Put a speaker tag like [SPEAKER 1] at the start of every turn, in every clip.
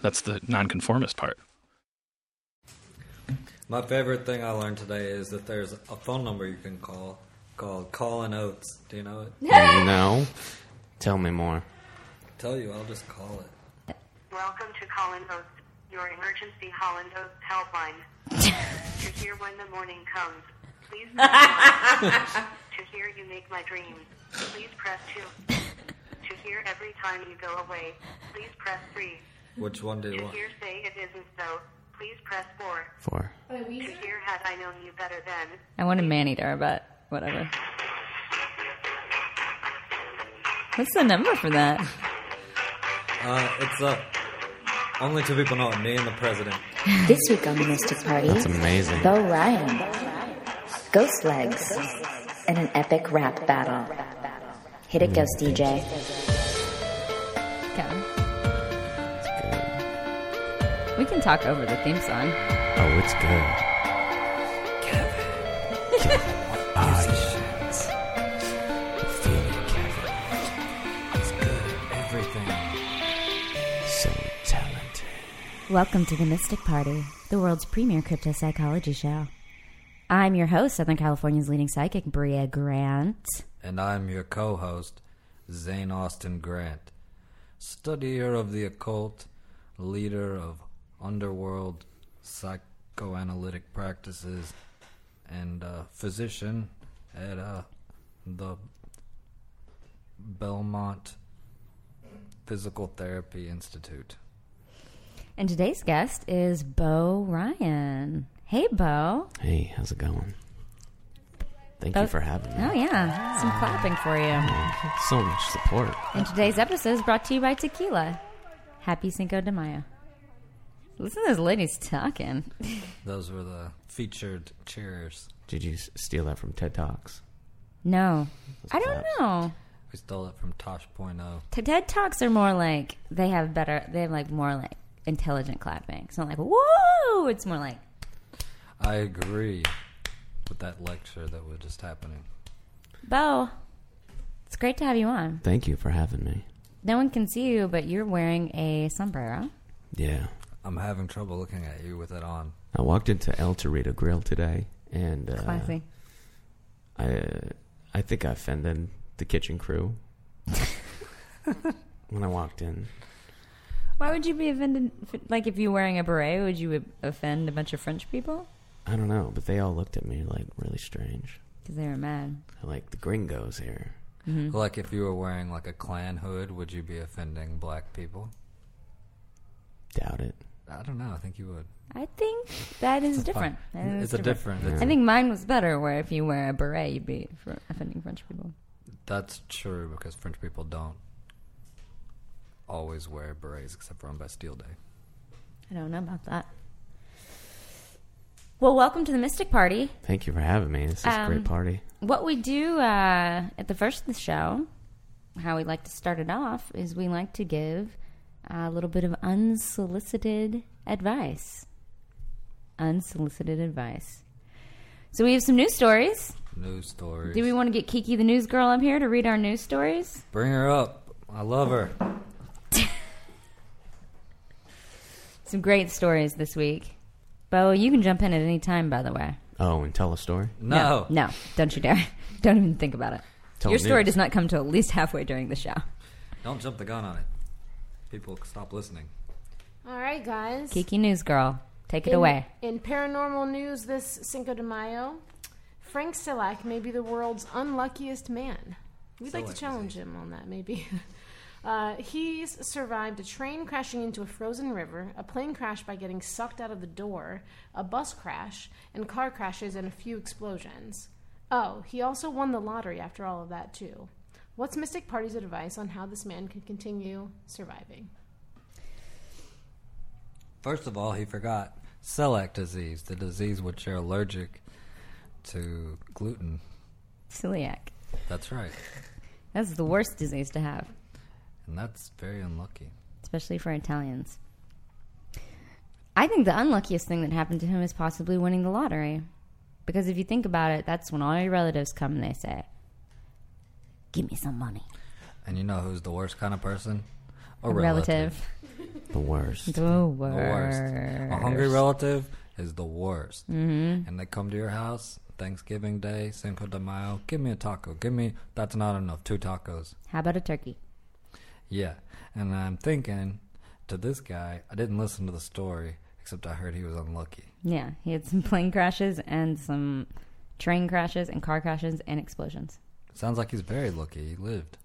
[SPEAKER 1] That's the nonconformist part.
[SPEAKER 2] My favorite thing I learned today is that there's a phone number you can call called Colin Oates. Do you know it?
[SPEAKER 3] no. Tell me more.
[SPEAKER 2] Tell you, I'll just call it.
[SPEAKER 4] Welcome to Holland Oats, your emergency Holland Oats helpline. You're here when the morning comes. Please press one. To hear you make my dreams, please press 2. To hear every time you go away, please press 3.
[SPEAKER 2] Which one do you
[SPEAKER 4] To
[SPEAKER 2] want?
[SPEAKER 4] hear say it isn't so, please press 4.
[SPEAKER 3] For
[SPEAKER 4] To hear had I known you better then,
[SPEAKER 5] I want a man eater, but whatever. What's the number for that?
[SPEAKER 2] Uh, it's uh, only two people know it, me and the president.
[SPEAKER 6] This week on the Mystic Party,
[SPEAKER 3] That's amazing.
[SPEAKER 6] Bo Ryan, Ghost Legs, and an epic rap battle. Hit it, Ghost DJ.
[SPEAKER 5] Okay. We can talk over the theme song.
[SPEAKER 3] Oh, it's good. So talented.
[SPEAKER 7] Welcome to the Mystic Party, the world's premier crypto psychology show. I'm your host, Southern California's leading psychic, Bria Grant.
[SPEAKER 2] And I'm your co host, Zane Austin Grant, studier of the occult, leader of underworld psychoanalytic practices, and uh, physician at uh, the Belmont Physical Therapy Institute.
[SPEAKER 7] And today's guest is Bo Ryan. Hey, Bo.
[SPEAKER 3] Hey, how's it going? Thank you
[SPEAKER 7] Bo-
[SPEAKER 3] for having me.
[SPEAKER 7] Oh, yeah. Some clapping for you.
[SPEAKER 3] So much support.
[SPEAKER 7] And today's episode is brought to you by Tequila. Happy Cinco de Mayo. Listen to those ladies talking.
[SPEAKER 2] Those were the featured cheers.
[SPEAKER 3] Did you s- steal that from TED Talks?
[SPEAKER 7] No. I don't
[SPEAKER 3] claps.
[SPEAKER 7] know.
[SPEAKER 2] We stole it from Oh. Tosh.0.
[SPEAKER 7] T- TED Talks are more like they have better, they have like more like intelligent clapping. It's not like, whoa! It's more like,
[SPEAKER 2] I agree with that lecture that was just happening.
[SPEAKER 7] Bo, it's great to have you on.
[SPEAKER 3] Thank you for having me.
[SPEAKER 7] No one can see you, but you're wearing a sombrero.
[SPEAKER 3] Yeah.
[SPEAKER 2] I'm having trouble looking at you with it on.
[SPEAKER 3] I walked into El Torito Grill today, and uh, I I think I offended the kitchen crew when I walked in.
[SPEAKER 7] Why would you be offended? Like, if you were wearing a beret, would you offend a bunch of French people?
[SPEAKER 3] I don't know, but they all looked at me like really strange.
[SPEAKER 7] Because they were mad.
[SPEAKER 3] They're Like the gringos here.
[SPEAKER 2] Like if you were wearing like a clan hood, would you be offending black people?
[SPEAKER 3] Doubt it.
[SPEAKER 2] I don't know. I think you would.
[SPEAKER 7] I think that is different. I think
[SPEAKER 2] Fine. It's
[SPEAKER 7] that's
[SPEAKER 2] a different.
[SPEAKER 7] I think mine was better, where if you wear a beret, you'd be fr- offending French people.
[SPEAKER 2] That's true because French people don't always wear berets except for on Bastille Day.
[SPEAKER 7] I don't know about that. Well, welcome to the Mystic Party.
[SPEAKER 3] Thank you for having me. This is a
[SPEAKER 7] Um,
[SPEAKER 3] great party.
[SPEAKER 7] What we do uh, at the first of the show, how we like to start it off, is we like to give a little bit of unsolicited advice. Unsolicited advice. So we have some news stories.
[SPEAKER 2] News stories.
[SPEAKER 7] Do we want to get Kiki the news girl up here to read our news stories?
[SPEAKER 2] Bring her up. I love her.
[SPEAKER 7] Some great stories this week. Bo, you can jump in at any time, by the way.
[SPEAKER 3] Oh, and tell a story.
[SPEAKER 2] No.
[SPEAKER 7] No, don't you dare. Don't even think about it.
[SPEAKER 3] Tell
[SPEAKER 7] Your story
[SPEAKER 3] news.
[SPEAKER 7] does not come till at least halfway during the show.
[SPEAKER 2] Don't jump the gun on it. People stop listening.
[SPEAKER 8] All right, guys.
[SPEAKER 7] Kiki News Girl, take it
[SPEAKER 8] in,
[SPEAKER 7] away.
[SPEAKER 8] In paranormal news this Cinco de Mayo, Frank Silak may be the world's unluckiest man. We'd like
[SPEAKER 2] Silak,
[SPEAKER 8] to
[SPEAKER 2] is
[SPEAKER 8] challenge him on that, maybe. Uh, he's survived a train crashing into a frozen river, a plane crash by getting sucked out of the door, a bus crash, and car crashes and a few explosions. Oh, he also won the lottery after all of that, too. What's Mystic Party's advice on how this man can continue surviving?
[SPEAKER 2] First of all, he forgot celiac disease, the disease which you're allergic to gluten.
[SPEAKER 7] Celiac.
[SPEAKER 2] That's right.
[SPEAKER 7] That's the worst disease to have,
[SPEAKER 2] And that's very unlucky.
[SPEAKER 7] especially for Italians. I think the unluckiest thing that happened to him is possibly winning the lottery. Because if you think about it, that's when all your relatives come and they say, Give me some money.
[SPEAKER 2] And you know who's the worst kind of person?
[SPEAKER 7] A relative.
[SPEAKER 3] The worst.
[SPEAKER 7] The
[SPEAKER 2] The worst.
[SPEAKER 7] worst.
[SPEAKER 2] A hungry relative is the worst. Mm-hmm. And they come to your house Thanksgiving Day, Cinco de Mayo. Give me a taco. Give me. That's not enough. Two tacos.
[SPEAKER 7] How about a turkey?
[SPEAKER 2] Yeah. And I'm thinking to this guy. I didn't listen to the story, except I heard he was unlucky.
[SPEAKER 7] Yeah, he had some plane crashes and some train crashes and car crashes and explosions.
[SPEAKER 2] Sounds like he's very lucky. He lived.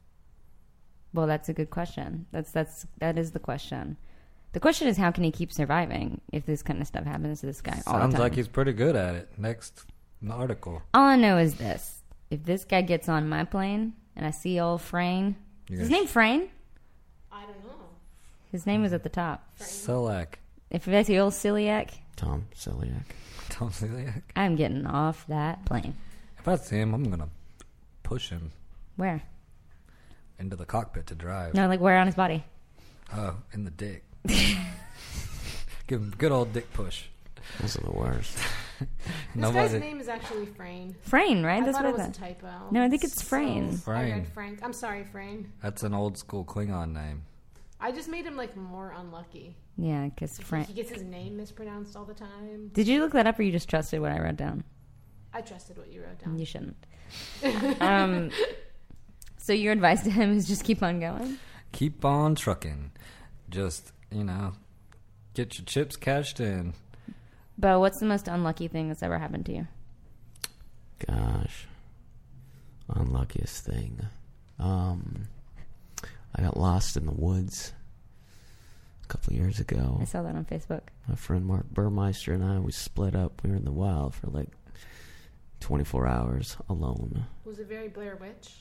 [SPEAKER 7] Well, that's a good question. That's that's that is the question. The question is how can he keep surviving if this kind of stuff happens to this guy all the
[SPEAKER 2] Sounds
[SPEAKER 7] time?
[SPEAKER 2] like he's pretty good at it. Next article.
[SPEAKER 7] all I know is this: if this guy gets on my plane and I see old Frayne,
[SPEAKER 2] You're
[SPEAKER 7] is his
[SPEAKER 2] gonna
[SPEAKER 7] name Frayne?
[SPEAKER 8] I don't know.
[SPEAKER 7] His name was at the top.
[SPEAKER 2] Celiac.
[SPEAKER 7] If I see old celiac,
[SPEAKER 3] Tom Celiac.
[SPEAKER 2] Tom Celiac.
[SPEAKER 7] I'm getting off that plane.
[SPEAKER 2] If I see him, I'm gonna push him
[SPEAKER 7] Where?
[SPEAKER 2] into the cockpit to drive.
[SPEAKER 7] No, like where on his body?
[SPEAKER 2] Oh, in the dick. Give him a good old dick push.
[SPEAKER 3] Those are the worst.
[SPEAKER 8] This
[SPEAKER 2] Nobody-
[SPEAKER 8] guy's name is actually Frayne.
[SPEAKER 7] Frayne, right?
[SPEAKER 8] I
[SPEAKER 7] That's
[SPEAKER 8] thought
[SPEAKER 7] what I
[SPEAKER 8] it was a
[SPEAKER 7] thought.
[SPEAKER 8] typo.
[SPEAKER 7] No, I think it's Frayne.
[SPEAKER 8] I
[SPEAKER 2] Frayne.
[SPEAKER 8] read Frank. I'm sorry, Frayne.
[SPEAKER 2] That's an old school Klingon name.
[SPEAKER 8] I just made him like more unlucky.
[SPEAKER 7] Yeah, because
[SPEAKER 8] He-
[SPEAKER 7] Frayne.
[SPEAKER 8] He gets his name mispronounced all the time.
[SPEAKER 7] Did you look that up, or you just trusted what I wrote down?
[SPEAKER 8] I trusted what you wrote down.
[SPEAKER 7] You shouldn't. um, so your advice to him is just keep on going.
[SPEAKER 2] Keep on trucking. Just, you know, get your chips cashed in.
[SPEAKER 7] But what's the most unlucky thing that's ever happened to you?
[SPEAKER 3] Gosh. Unluckiest thing. Um, I got lost in the woods a couple years ago.
[SPEAKER 7] I saw that on Facebook.
[SPEAKER 3] My friend Mark Burmeister and I, we split up. We were in the wild for like 24 hours alone.
[SPEAKER 8] Was it very Blair Witch?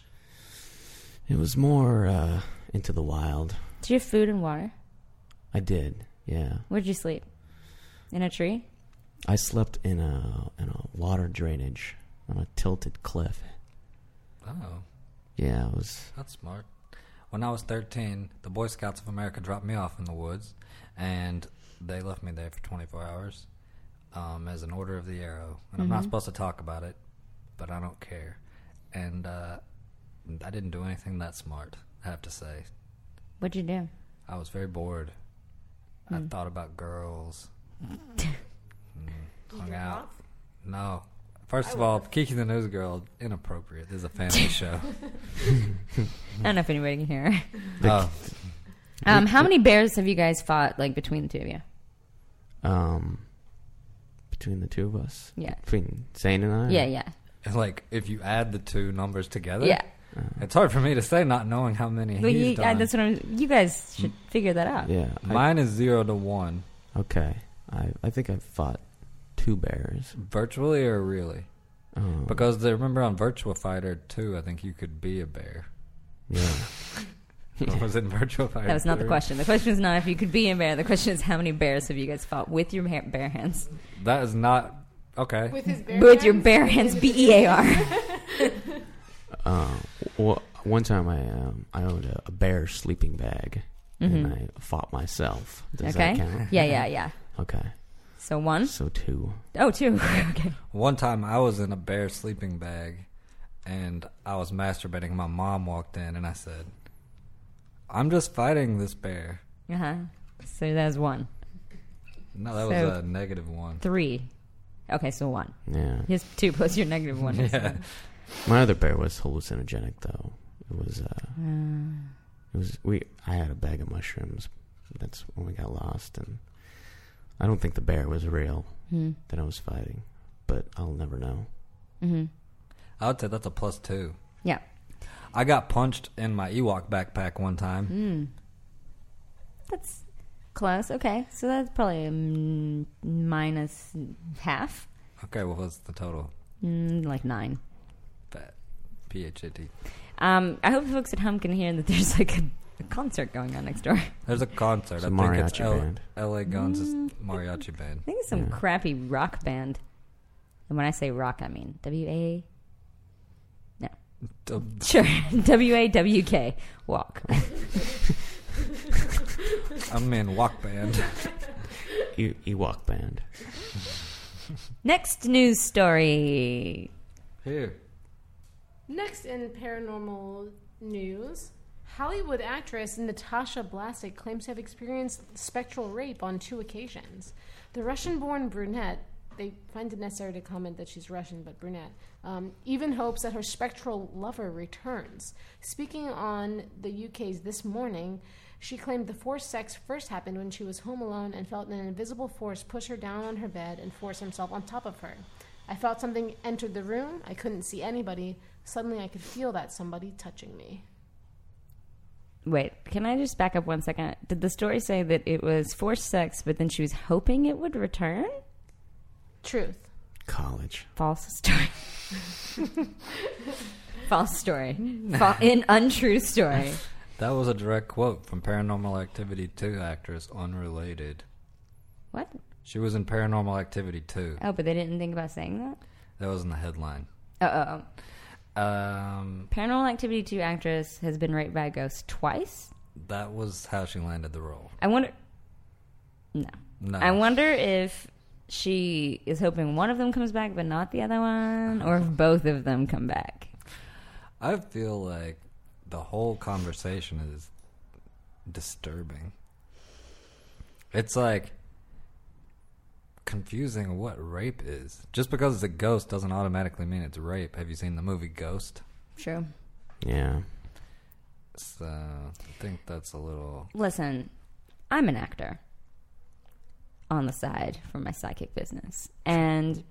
[SPEAKER 3] It was more uh, into the wild.
[SPEAKER 7] Did you have food and water?
[SPEAKER 3] I did, yeah.
[SPEAKER 7] Where'd you sleep? In a tree?
[SPEAKER 3] I slept in a in a water drainage on a tilted cliff.
[SPEAKER 2] Oh,
[SPEAKER 3] Yeah, it was
[SPEAKER 2] that's smart. When I was 13, the Boy Scouts of America dropped me off in the woods, and they left me there for 24 hours um, as an order of the arrow. And I'm not supposed to talk about it, but I don't care. And uh, I didn't do anything that smart, I have to say.
[SPEAKER 7] What'd you do?
[SPEAKER 2] I was very bored. I thought about girls. mm, hung out. No. First of all, Kiki the News Girl, inappropriate. This is a family show.
[SPEAKER 7] I don't know if anybody can hear.
[SPEAKER 2] Oh,
[SPEAKER 7] Um, how many bears have you guys fought, like between the two of you?
[SPEAKER 3] um between the two of us.
[SPEAKER 7] Yeah.
[SPEAKER 3] Between Zane and I.
[SPEAKER 7] Yeah, yeah,
[SPEAKER 2] like, if you add the two numbers together,
[SPEAKER 7] yeah.
[SPEAKER 2] it's hard for me to say not knowing how many
[SPEAKER 7] Well,
[SPEAKER 2] he's
[SPEAKER 7] you, I,
[SPEAKER 2] done.
[SPEAKER 7] that's what I'm. You guys should figure that out.
[SPEAKER 3] Yeah. I-
[SPEAKER 2] Mine is zero to one,
[SPEAKER 3] okay. I I think I've fought two bears.
[SPEAKER 2] virtually or really?
[SPEAKER 3] Um,
[SPEAKER 2] Because they remember on Virtua Fighter 2, I think you could be a bear.
[SPEAKER 3] yeah.
[SPEAKER 2] Or was it Virtua Fighter
[SPEAKER 7] That was not the
[SPEAKER 2] 3?
[SPEAKER 7] question. The question is not if you could be a bear. The question is how many bears have you guys fought with your ha- bare hands?
[SPEAKER 2] That is not. Okay.
[SPEAKER 8] With his bear
[SPEAKER 7] With your
[SPEAKER 8] hands?
[SPEAKER 7] bare hands, B E A R.
[SPEAKER 3] Uh, well, one time I um I owned a, a bear sleeping bag and I fought myself. Does
[SPEAKER 7] Mm-hmm. Okay.
[SPEAKER 3] that count?
[SPEAKER 7] Yeah, yeah, yeah.
[SPEAKER 3] Okay.
[SPEAKER 7] So one.
[SPEAKER 3] So two.
[SPEAKER 7] Oh, two. okay.
[SPEAKER 2] One time I was in a bear sleeping bag and I was masturbating. My mom walked in and I said, I'm just fighting this bear.
[SPEAKER 7] Uh huh. So that's one.
[SPEAKER 2] No, that
[SPEAKER 7] So-
[SPEAKER 2] was a negative one.
[SPEAKER 7] Three. Okay, so one.
[SPEAKER 3] Yeah.
[SPEAKER 7] Here's two plus your negative one. is-
[SPEAKER 2] Yeah.
[SPEAKER 3] My other bear was hallucinogenic, though. It was. Uh, it was. We. I had a bag of mushrooms. That's when we got lost, and I don't think the bear was real
[SPEAKER 7] Hmm.
[SPEAKER 3] that I was fighting, but I'll never know.
[SPEAKER 2] I would say that's a plus two.
[SPEAKER 7] Yeah.
[SPEAKER 2] I got punched in my Ewok backpack one time.
[SPEAKER 7] That's close. Okay. So that's probably um, minus half.
[SPEAKER 2] Okay, well, what's the total?
[SPEAKER 7] Mm, like nine.
[SPEAKER 2] That. P H A T.
[SPEAKER 7] Um, I hope folks at home can hear that there's like a
[SPEAKER 5] a concert going on next door. I
[SPEAKER 2] There's a concert. I
[SPEAKER 3] a
[SPEAKER 2] think it's
[SPEAKER 3] mariachi
[SPEAKER 2] L-
[SPEAKER 3] band.
[SPEAKER 2] L.A. Guns mariachi band.
[SPEAKER 5] think it's some crappy rock band. And when I say rock, I mean W A. No,
[SPEAKER 2] Um,
[SPEAKER 5] sure, W A W K walk.
[SPEAKER 2] I mean, walk band.
[SPEAKER 3] E- Ewok band.
[SPEAKER 5] Next news story.
[SPEAKER 2] Here.
[SPEAKER 8] Next in paranormal news, Hollywood actress Natasha Blasik claims to have experienced spectral rape on two occasions. The Russian born brunette, they find it necessary to comment that she's Russian, but brunette, um, even hopes that her spectral lover returns. Speaking on the UK's This Morning, she claimed the forced sex first happened when she was home alone and felt an invisible force push her down on her bed and force himself on top of her. I felt something entered the room. I couldn't see anybody. Suddenly, I could feel that somebody touching me.
[SPEAKER 7] Wait, can I just back up one second? Did the story say that it was forced sex, but then she was hoping it would return?
[SPEAKER 8] Truth.
[SPEAKER 3] College.
[SPEAKER 7] False story.
[SPEAKER 5] False story. Fa- an untrue story.
[SPEAKER 2] That was a direct quote from Paranormal Activity 2 actress unrelated.
[SPEAKER 7] What?
[SPEAKER 2] She was in Paranormal Activity 2.
[SPEAKER 7] Oh, but they didn't think about saying that?
[SPEAKER 2] That was in the headline.
[SPEAKER 7] Oh, oh, oh.
[SPEAKER 2] Um,
[SPEAKER 7] Paranormal Activity 2 actress has been raped by a ghost twice?
[SPEAKER 2] that was how she landed the role.
[SPEAKER 7] I wonder. No.
[SPEAKER 2] No.
[SPEAKER 7] I wonder if she is hoping one of them comes back, but not the other one, or if both of them come back.
[SPEAKER 2] I feel like the whole conversation is disturbing. It's like confusing what rape is. Just because it's a ghost doesn't automatically mean it's rape. Have you seen the movie Ghost?
[SPEAKER 7] Sure.
[SPEAKER 3] Yeah.
[SPEAKER 2] So I think that's a little.
[SPEAKER 7] Listen, I'm an actor on the side for my psychic business, and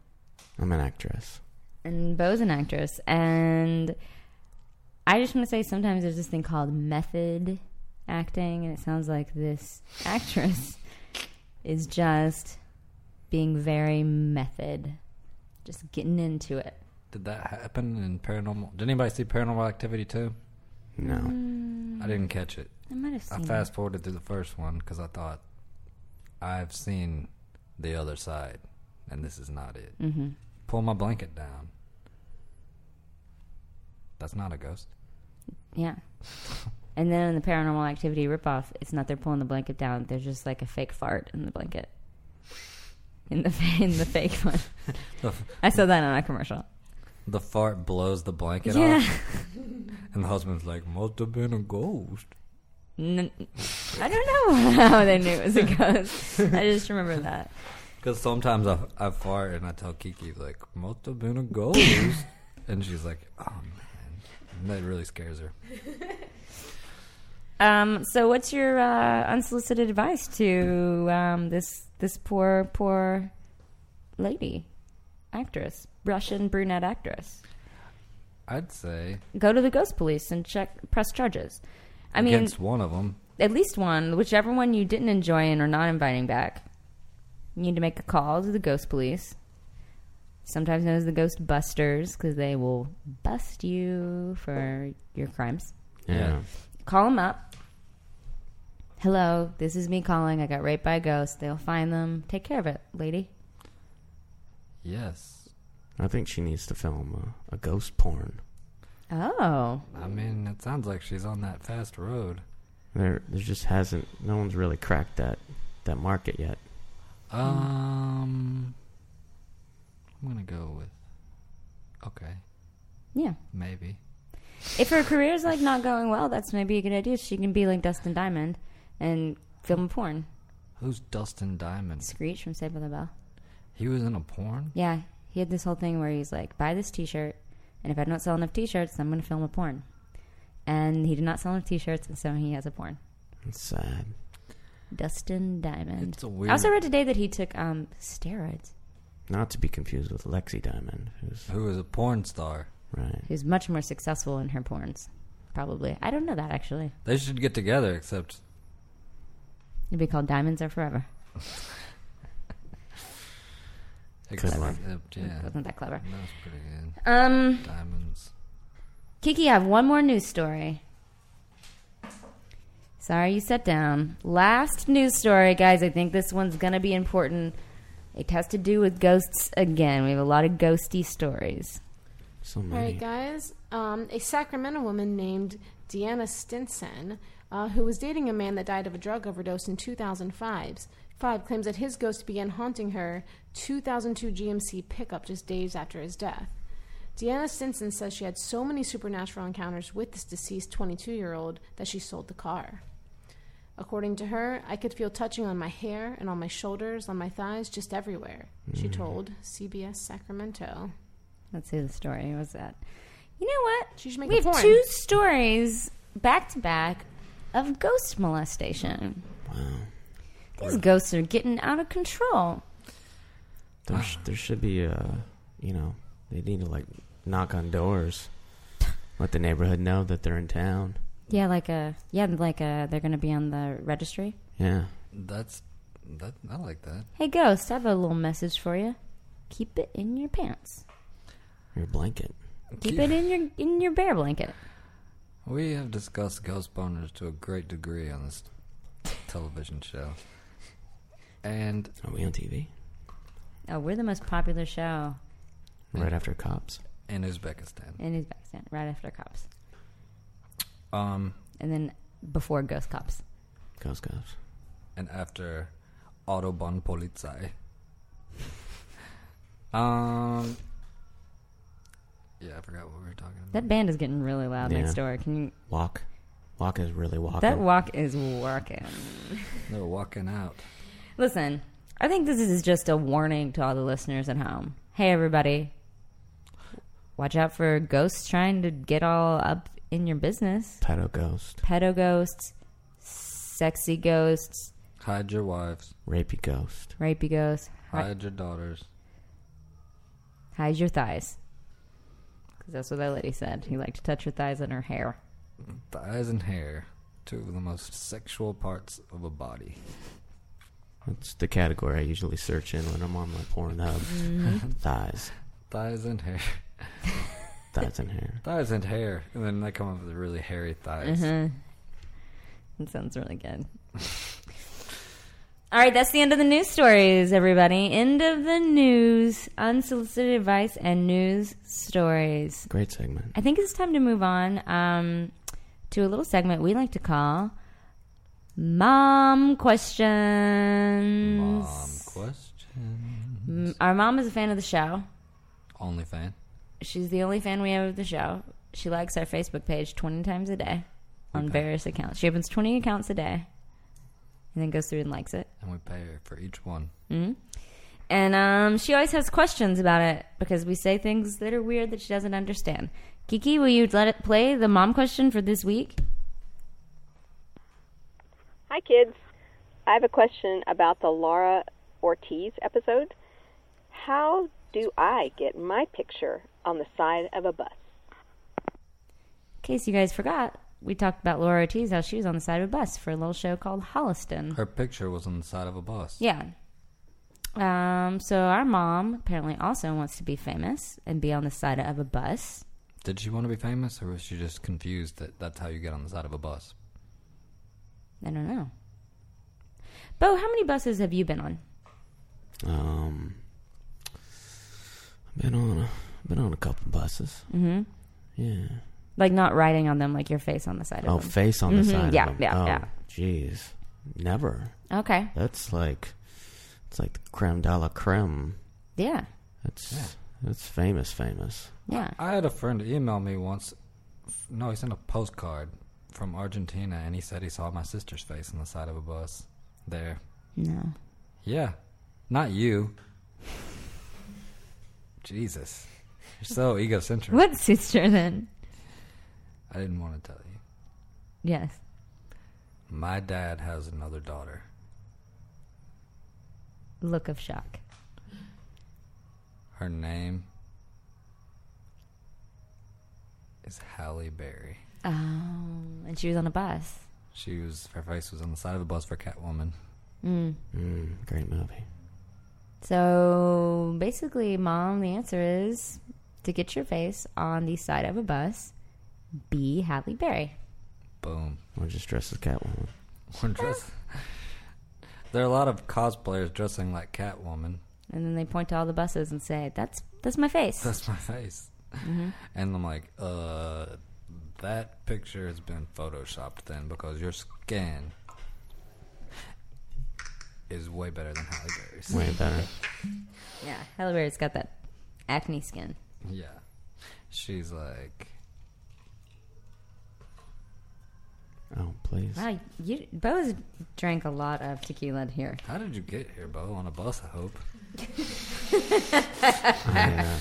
[SPEAKER 3] I'm an actress.
[SPEAKER 7] and Bo's an actress, and I just want to say sometimes there's this thing called method acting, and it sounds like this actress is just being very method, just getting into it.
[SPEAKER 2] Did that happen in Paranormal? Did anybody see Paranormal Activity too?
[SPEAKER 3] No.
[SPEAKER 7] Mm.
[SPEAKER 2] I didn't catch it.
[SPEAKER 7] I might have
[SPEAKER 2] I
[SPEAKER 7] seen.
[SPEAKER 2] fast forwarded through the first one because I thought I've seen the other side, and this is not it. Mm-hmm. Pull my blanket down. That's not a ghost.
[SPEAKER 7] Yeah. And then in the paranormal activity ripoff, it's not they're pulling the blanket down. There's just like a fake fart in the blanket. In the in the fake one.
[SPEAKER 2] The, f-
[SPEAKER 7] I saw that on a commercial.
[SPEAKER 2] the fart blows the blanket
[SPEAKER 7] yeah.
[SPEAKER 2] off, and the husband's like, "Must have been a ghost."
[SPEAKER 7] N- I don't know how they knew it was a ghost. I just remember that.
[SPEAKER 2] Because sometimes I, I fart and I tell Kiki like, "Must have been a ghost," and she's like, "Oh man, that really scares her."
[SPEAKER 7] Um, so, what's your uh, unsolicited advice to um, this this poor poor lady actress, Russian brunette actress?
[SPEAKER 2] I'd say
[SPEAKER 7] Go to the ghost police and check press charges. I mean,
[SPEAKER 2] against one of them.
[SPEAKER 7] at least one, whichever one you didn't enjoy and are not inviting back, you need to make a call to the ghost police. Sometimes known as the ghost busters because they will bust you for your crimes.
[SPEAKER 3] Yeah.
[SPEAKER 2] Yeah.
[SPEAKER 7] Call them up. Hello, this is me calling. I got raped by a ghost. They'll find them. Take care of it, lady.
[SPEAKER 2] Yes.
[SPEAKER 3] I think she needs to film a, a ghost porn.
[SPEAKER 7] Oh,
[SPEAKER 2] I mean, it sounds like she's on that fast road.
[SPEAKER 3] There, there just hasn't. No one's really cracked that that market yet.
[SPEAKER 2] Um, I'm gonna go with. Okay,
[SPEAKER 7] yeah.
[SPEAKER 2] maybe.
[SPEAKER 7] If her career's like not going well, that's maybe a good idea. She can be like Dustin Diamond and film porn.
[SPEAKER 2] Who's Dustin Diamond?
[SPEAKER 7] Screech from Saved by the Bell.
[SPEAKER 2] He was in a porn.
[SPEAKER 7] Yeah, he had this whole thing where he's like, buy this T-shirt, and if I don't sell enough T-shirts, I'm gonna film a porn. And he did not sell enough T-shirts, and so he has a porn.
[SPEAKER 3] It's sad.
[SPEAKER 7] Dustin Diamond.
[SPEAKER 2] It's a weird-
[SPEAKER 7] I also read today that he took um, steroids.
[SPEAKER 3] Not to be confused with Lexi Diamond, who's
[SPEAKER 2] Who is a porn star?
[SPEAKER 3] right.
[SPEAKER 7] He was much more successful in her porns, probably. I don't know that actually.
[SPEAKER 2] They should get together. Except
[SPEAKER 7] It'd be called Diamonds Are Forever.
[SPEAKER 2] except
[SPEAKER 3] one.
[SPEAKER 2] except, yeah,
[SPEAKER 7] Wasn't that clever?
[SPEAKER 2] that was pretty good.
[SPEAKER 7] Um,
[SPEAKER 2] Diamonds.
[SPEAKER 7] Kiki, I have one more news story. Sorry, you sat down. Last news story, guys. I think this one's going to be important. It has to do with ghosts again. We have a lot of ghosty stories.
[SPEAKER 3] So
[SPEAKER 8] All
[SPEAKER 3] many.
[SPEAKER 8] right, guys. Um, a Sacramento woman named Deanna Stinson, uh, who was dating a man that died of a drug overdose in 2005, five claims that his ghost began haunting her 2002 GMC pickup just days after his death. Deanna Stinson says she had so many supernatural encounters with this deceased 22 year old that she sold the car. According to her, I could feel touching on my hair and on my shoulders, on my thighs, just everywhere, she told CBS Sacramento.
[SPEAKER 7] Let's see the story. What's that? You know what?
[SPEAKER 8] She should make
[SPEAKER 7] we
[SPEAKER 8] a
[SPEAKER 7] have
[SPEAKER 8] porn.
[SPEAKER 7] two stories back to back of ghost molestation. Wow. These ghosts are getting out of control.
[SPEAKER 3] There, sh- there should be uh you know, they need to like knock on doors, let the neighborhood know that they're in town.
[SPEAKER 7] Yeah, like a yeah, like a they're gonna be on the registry.
[SPEAKER 3] Yeah,
[SPEAKER 2] That's that. I like that.
[SPEAKER 7] Hey, ghost, I have a little message for you. Keep it in your pants.
[SPEAKER 3] your blanket.
[SPEAKER 7] Keep it in your in your bear blanket.
[SPEAKER 2] We have discussed ghost boners to a great degree on this television show. And
[SPEAKER 3] Are we on TV?
[SPEAKER 7] Oh, we're the most popular show
[SPEAKER 3] Right after cops.
[SPEAKER 2] in Uzbekistan.
[SPEAKER 7] in Uzbekistan, right after Cops,
[SPEAKER 2] Um,
[SPEAKER 7] and then before Ghost Cops.
[SPEAKER 3] Ghost cops.
[SPEAKER 2] and after Autobahn Polizei. Um, yeah, I forgot what we were talking about.
[SPEAKER 7] That band is getting really loud
[SPEAKER 3] Yeah.
[SPEAKER 7] next door. Can you?
[SPEAKER 3] Walk. Walk is really walking.
[SPEAKER 7] That walk is working.
[SPEAKER 2] They're walking out.
[SPEAKER 7] Listen, I think this is just a warning to all the listeners at home. Hey, everybody. Watch out for ghosts trying to get all up in your business.
[SPEAKER 3] Pedo ghost.
[SPEAKER 7] Pedo ghosts, sexy ghosts,
[SPEAKER 2] Hide your wives.
[SPEAKER 3] Rapey ghost.
[SPEAKER 7] rapey ghosts. Hi-
[SPEAKER 2] Hide your daughters.
[SPEAKER 7] hide your thighs. Because that's what that lady said. He liked to touch her thighs and her hair.
[SPEAKER 2] Thighs and hair. Two of the most sexual parts of a body.
[SPEAKER 3] That's the category I usually search in when I'm on my Pornhub.
[SPEAKER 7] Mm-hmm.
[SPEAKER 3] thighs.
[SPEAKER 2] Thighs and hair.
[SPEAKER 3] Thighs and hair.
[SPEAKER 2] Thighs and hair. And then they come up with really hairy thighs.
[SPEAKER 7] Mm-hmm. That sounds really good. All right, that's the end of the news stories, everybody. End of the news, unsolicited advice, and news stories.
[SPEAKER 3] Great segment.
[SPEAKER 7] I think it's time to move on um, to a little segment we like to call Mom Questions.
[SPEAKER 2] Mom question.
[SPEAKER 7] M- Our mom is a fan of the show.
[SPEAKER 2] Only fan.
[SPEAKER 7] She's the only fan we have of the show. She likes our Facebook page 20 times a day on various accounts. She opens 20 accounts a day and then goes through and likes it.
[SPEAKER 2] And we pay her for each one.
[SPEAKER 7] And um, she always has questions about it because we say things that are weird that she doesn't understand. Kiki, will you let it play the mom question for this week?
[SPEAKER 9] Hi, kids. I have a question about the Laura Ortiz episode. How do I get my picture on the side of a bus?
[SPEAKER 7] In case you guys forgot, we talked about Laura Ortiz, how she was on the side of a bus for a little show called Holliston.
[SPEAKER 2] Her picture was on the side of a bus.
[SPEAKER 7] Yeah. Um, so our mom apparently also wants to be famous and be on the side of a bus.
[SPEAKER 2] Did she want to be famous or was she just confused that that's how you get on the side of a bus?
[SPEAKER 7] I don't know. Bo, how many buses have you been on?
[SPEAKER 3] Um, I've been on a, been on a couple buses. Mm-hmm. Yeah.
[SPEAKER 7] Like not riding on them, like your face on the side
[SPEAKER 3] Oh,
[SPEAKER 7] of them.
[SPEAKER 3] face on the side.
[SPEAKER 7] Mm-hmm. yeah,
[SPEAKER 3] of them.
[SPEAKER 7] yeah,
[SPEAKER 3] oh,
[SPEAKER 7] yeah.
[SPEAKER 3] Jeez, never.
[SPEAKER 7] Okay.
[SPEAKER 3] That's like, it's like the creme de la creme.
[SPEAKER 7] Yeah.
[SPEAKER 3] That's that's famous, famous.
[SPEAKER 7] Yeah.
[SPEAKER 2] I had a friend email me once. f- No, he sent a postcard from Argentina and he said he saw my sister's face on the side of a bus there.
[SPEAKER 7] No.
[SPEAKER 2] Yeah. Not you. Jesus. You're so egocentric.
[SPEAKER 7] What sister then?
[SPEAKER 2] I didn't want to tell you.
[SPEAKER 7] Yes.
[SPEAKER 2] My dad has another daughter.
[SPEAKER 7] Look of shock.
[SPEAKER 2] Her name is Halle Berry.
[SPEAKER 7] Um, and she was on a bus.
[SPEAKER 2] She was her face was on the side of a bus for Catwoman.
[SPEAKER 3] Mm, great movie.
[SPEAKER 7] So basically, mom, the answer is to get your face on the side of a bus, be Halle Berry.
[SPEAKER 2] Boom.
[SPEAKER 3] Or just dress as Catwoman.
[SPEAKER 2] One dress. there are a lot of cosplayers dressing like Catwoman.
[SPEAKER 7] And then they point to all the buses and say, "That's that's my face."
[SPEAKER 2] That's my face.
[SPEAKER 7] Mm-hmm.
[SPEAKER 2] And I'm like, uh, that picture has been photoshopped then because your skin is way better than Halle Berry's.
[SPEAKER 3] Way better.
[SPEAKER 7] yeah, Halle Berry's got that acne skin.
[SPEAKER 2] Yeah. She's like,
[SPEAKER 3] Oh, please.
[SPEAKER 7] Wow, you Bo's drank a lot of tequila here.
[SPEAKER 2] how did you get here, Bo? On a bus, I hope.
[SPEAKER 3] Yeah.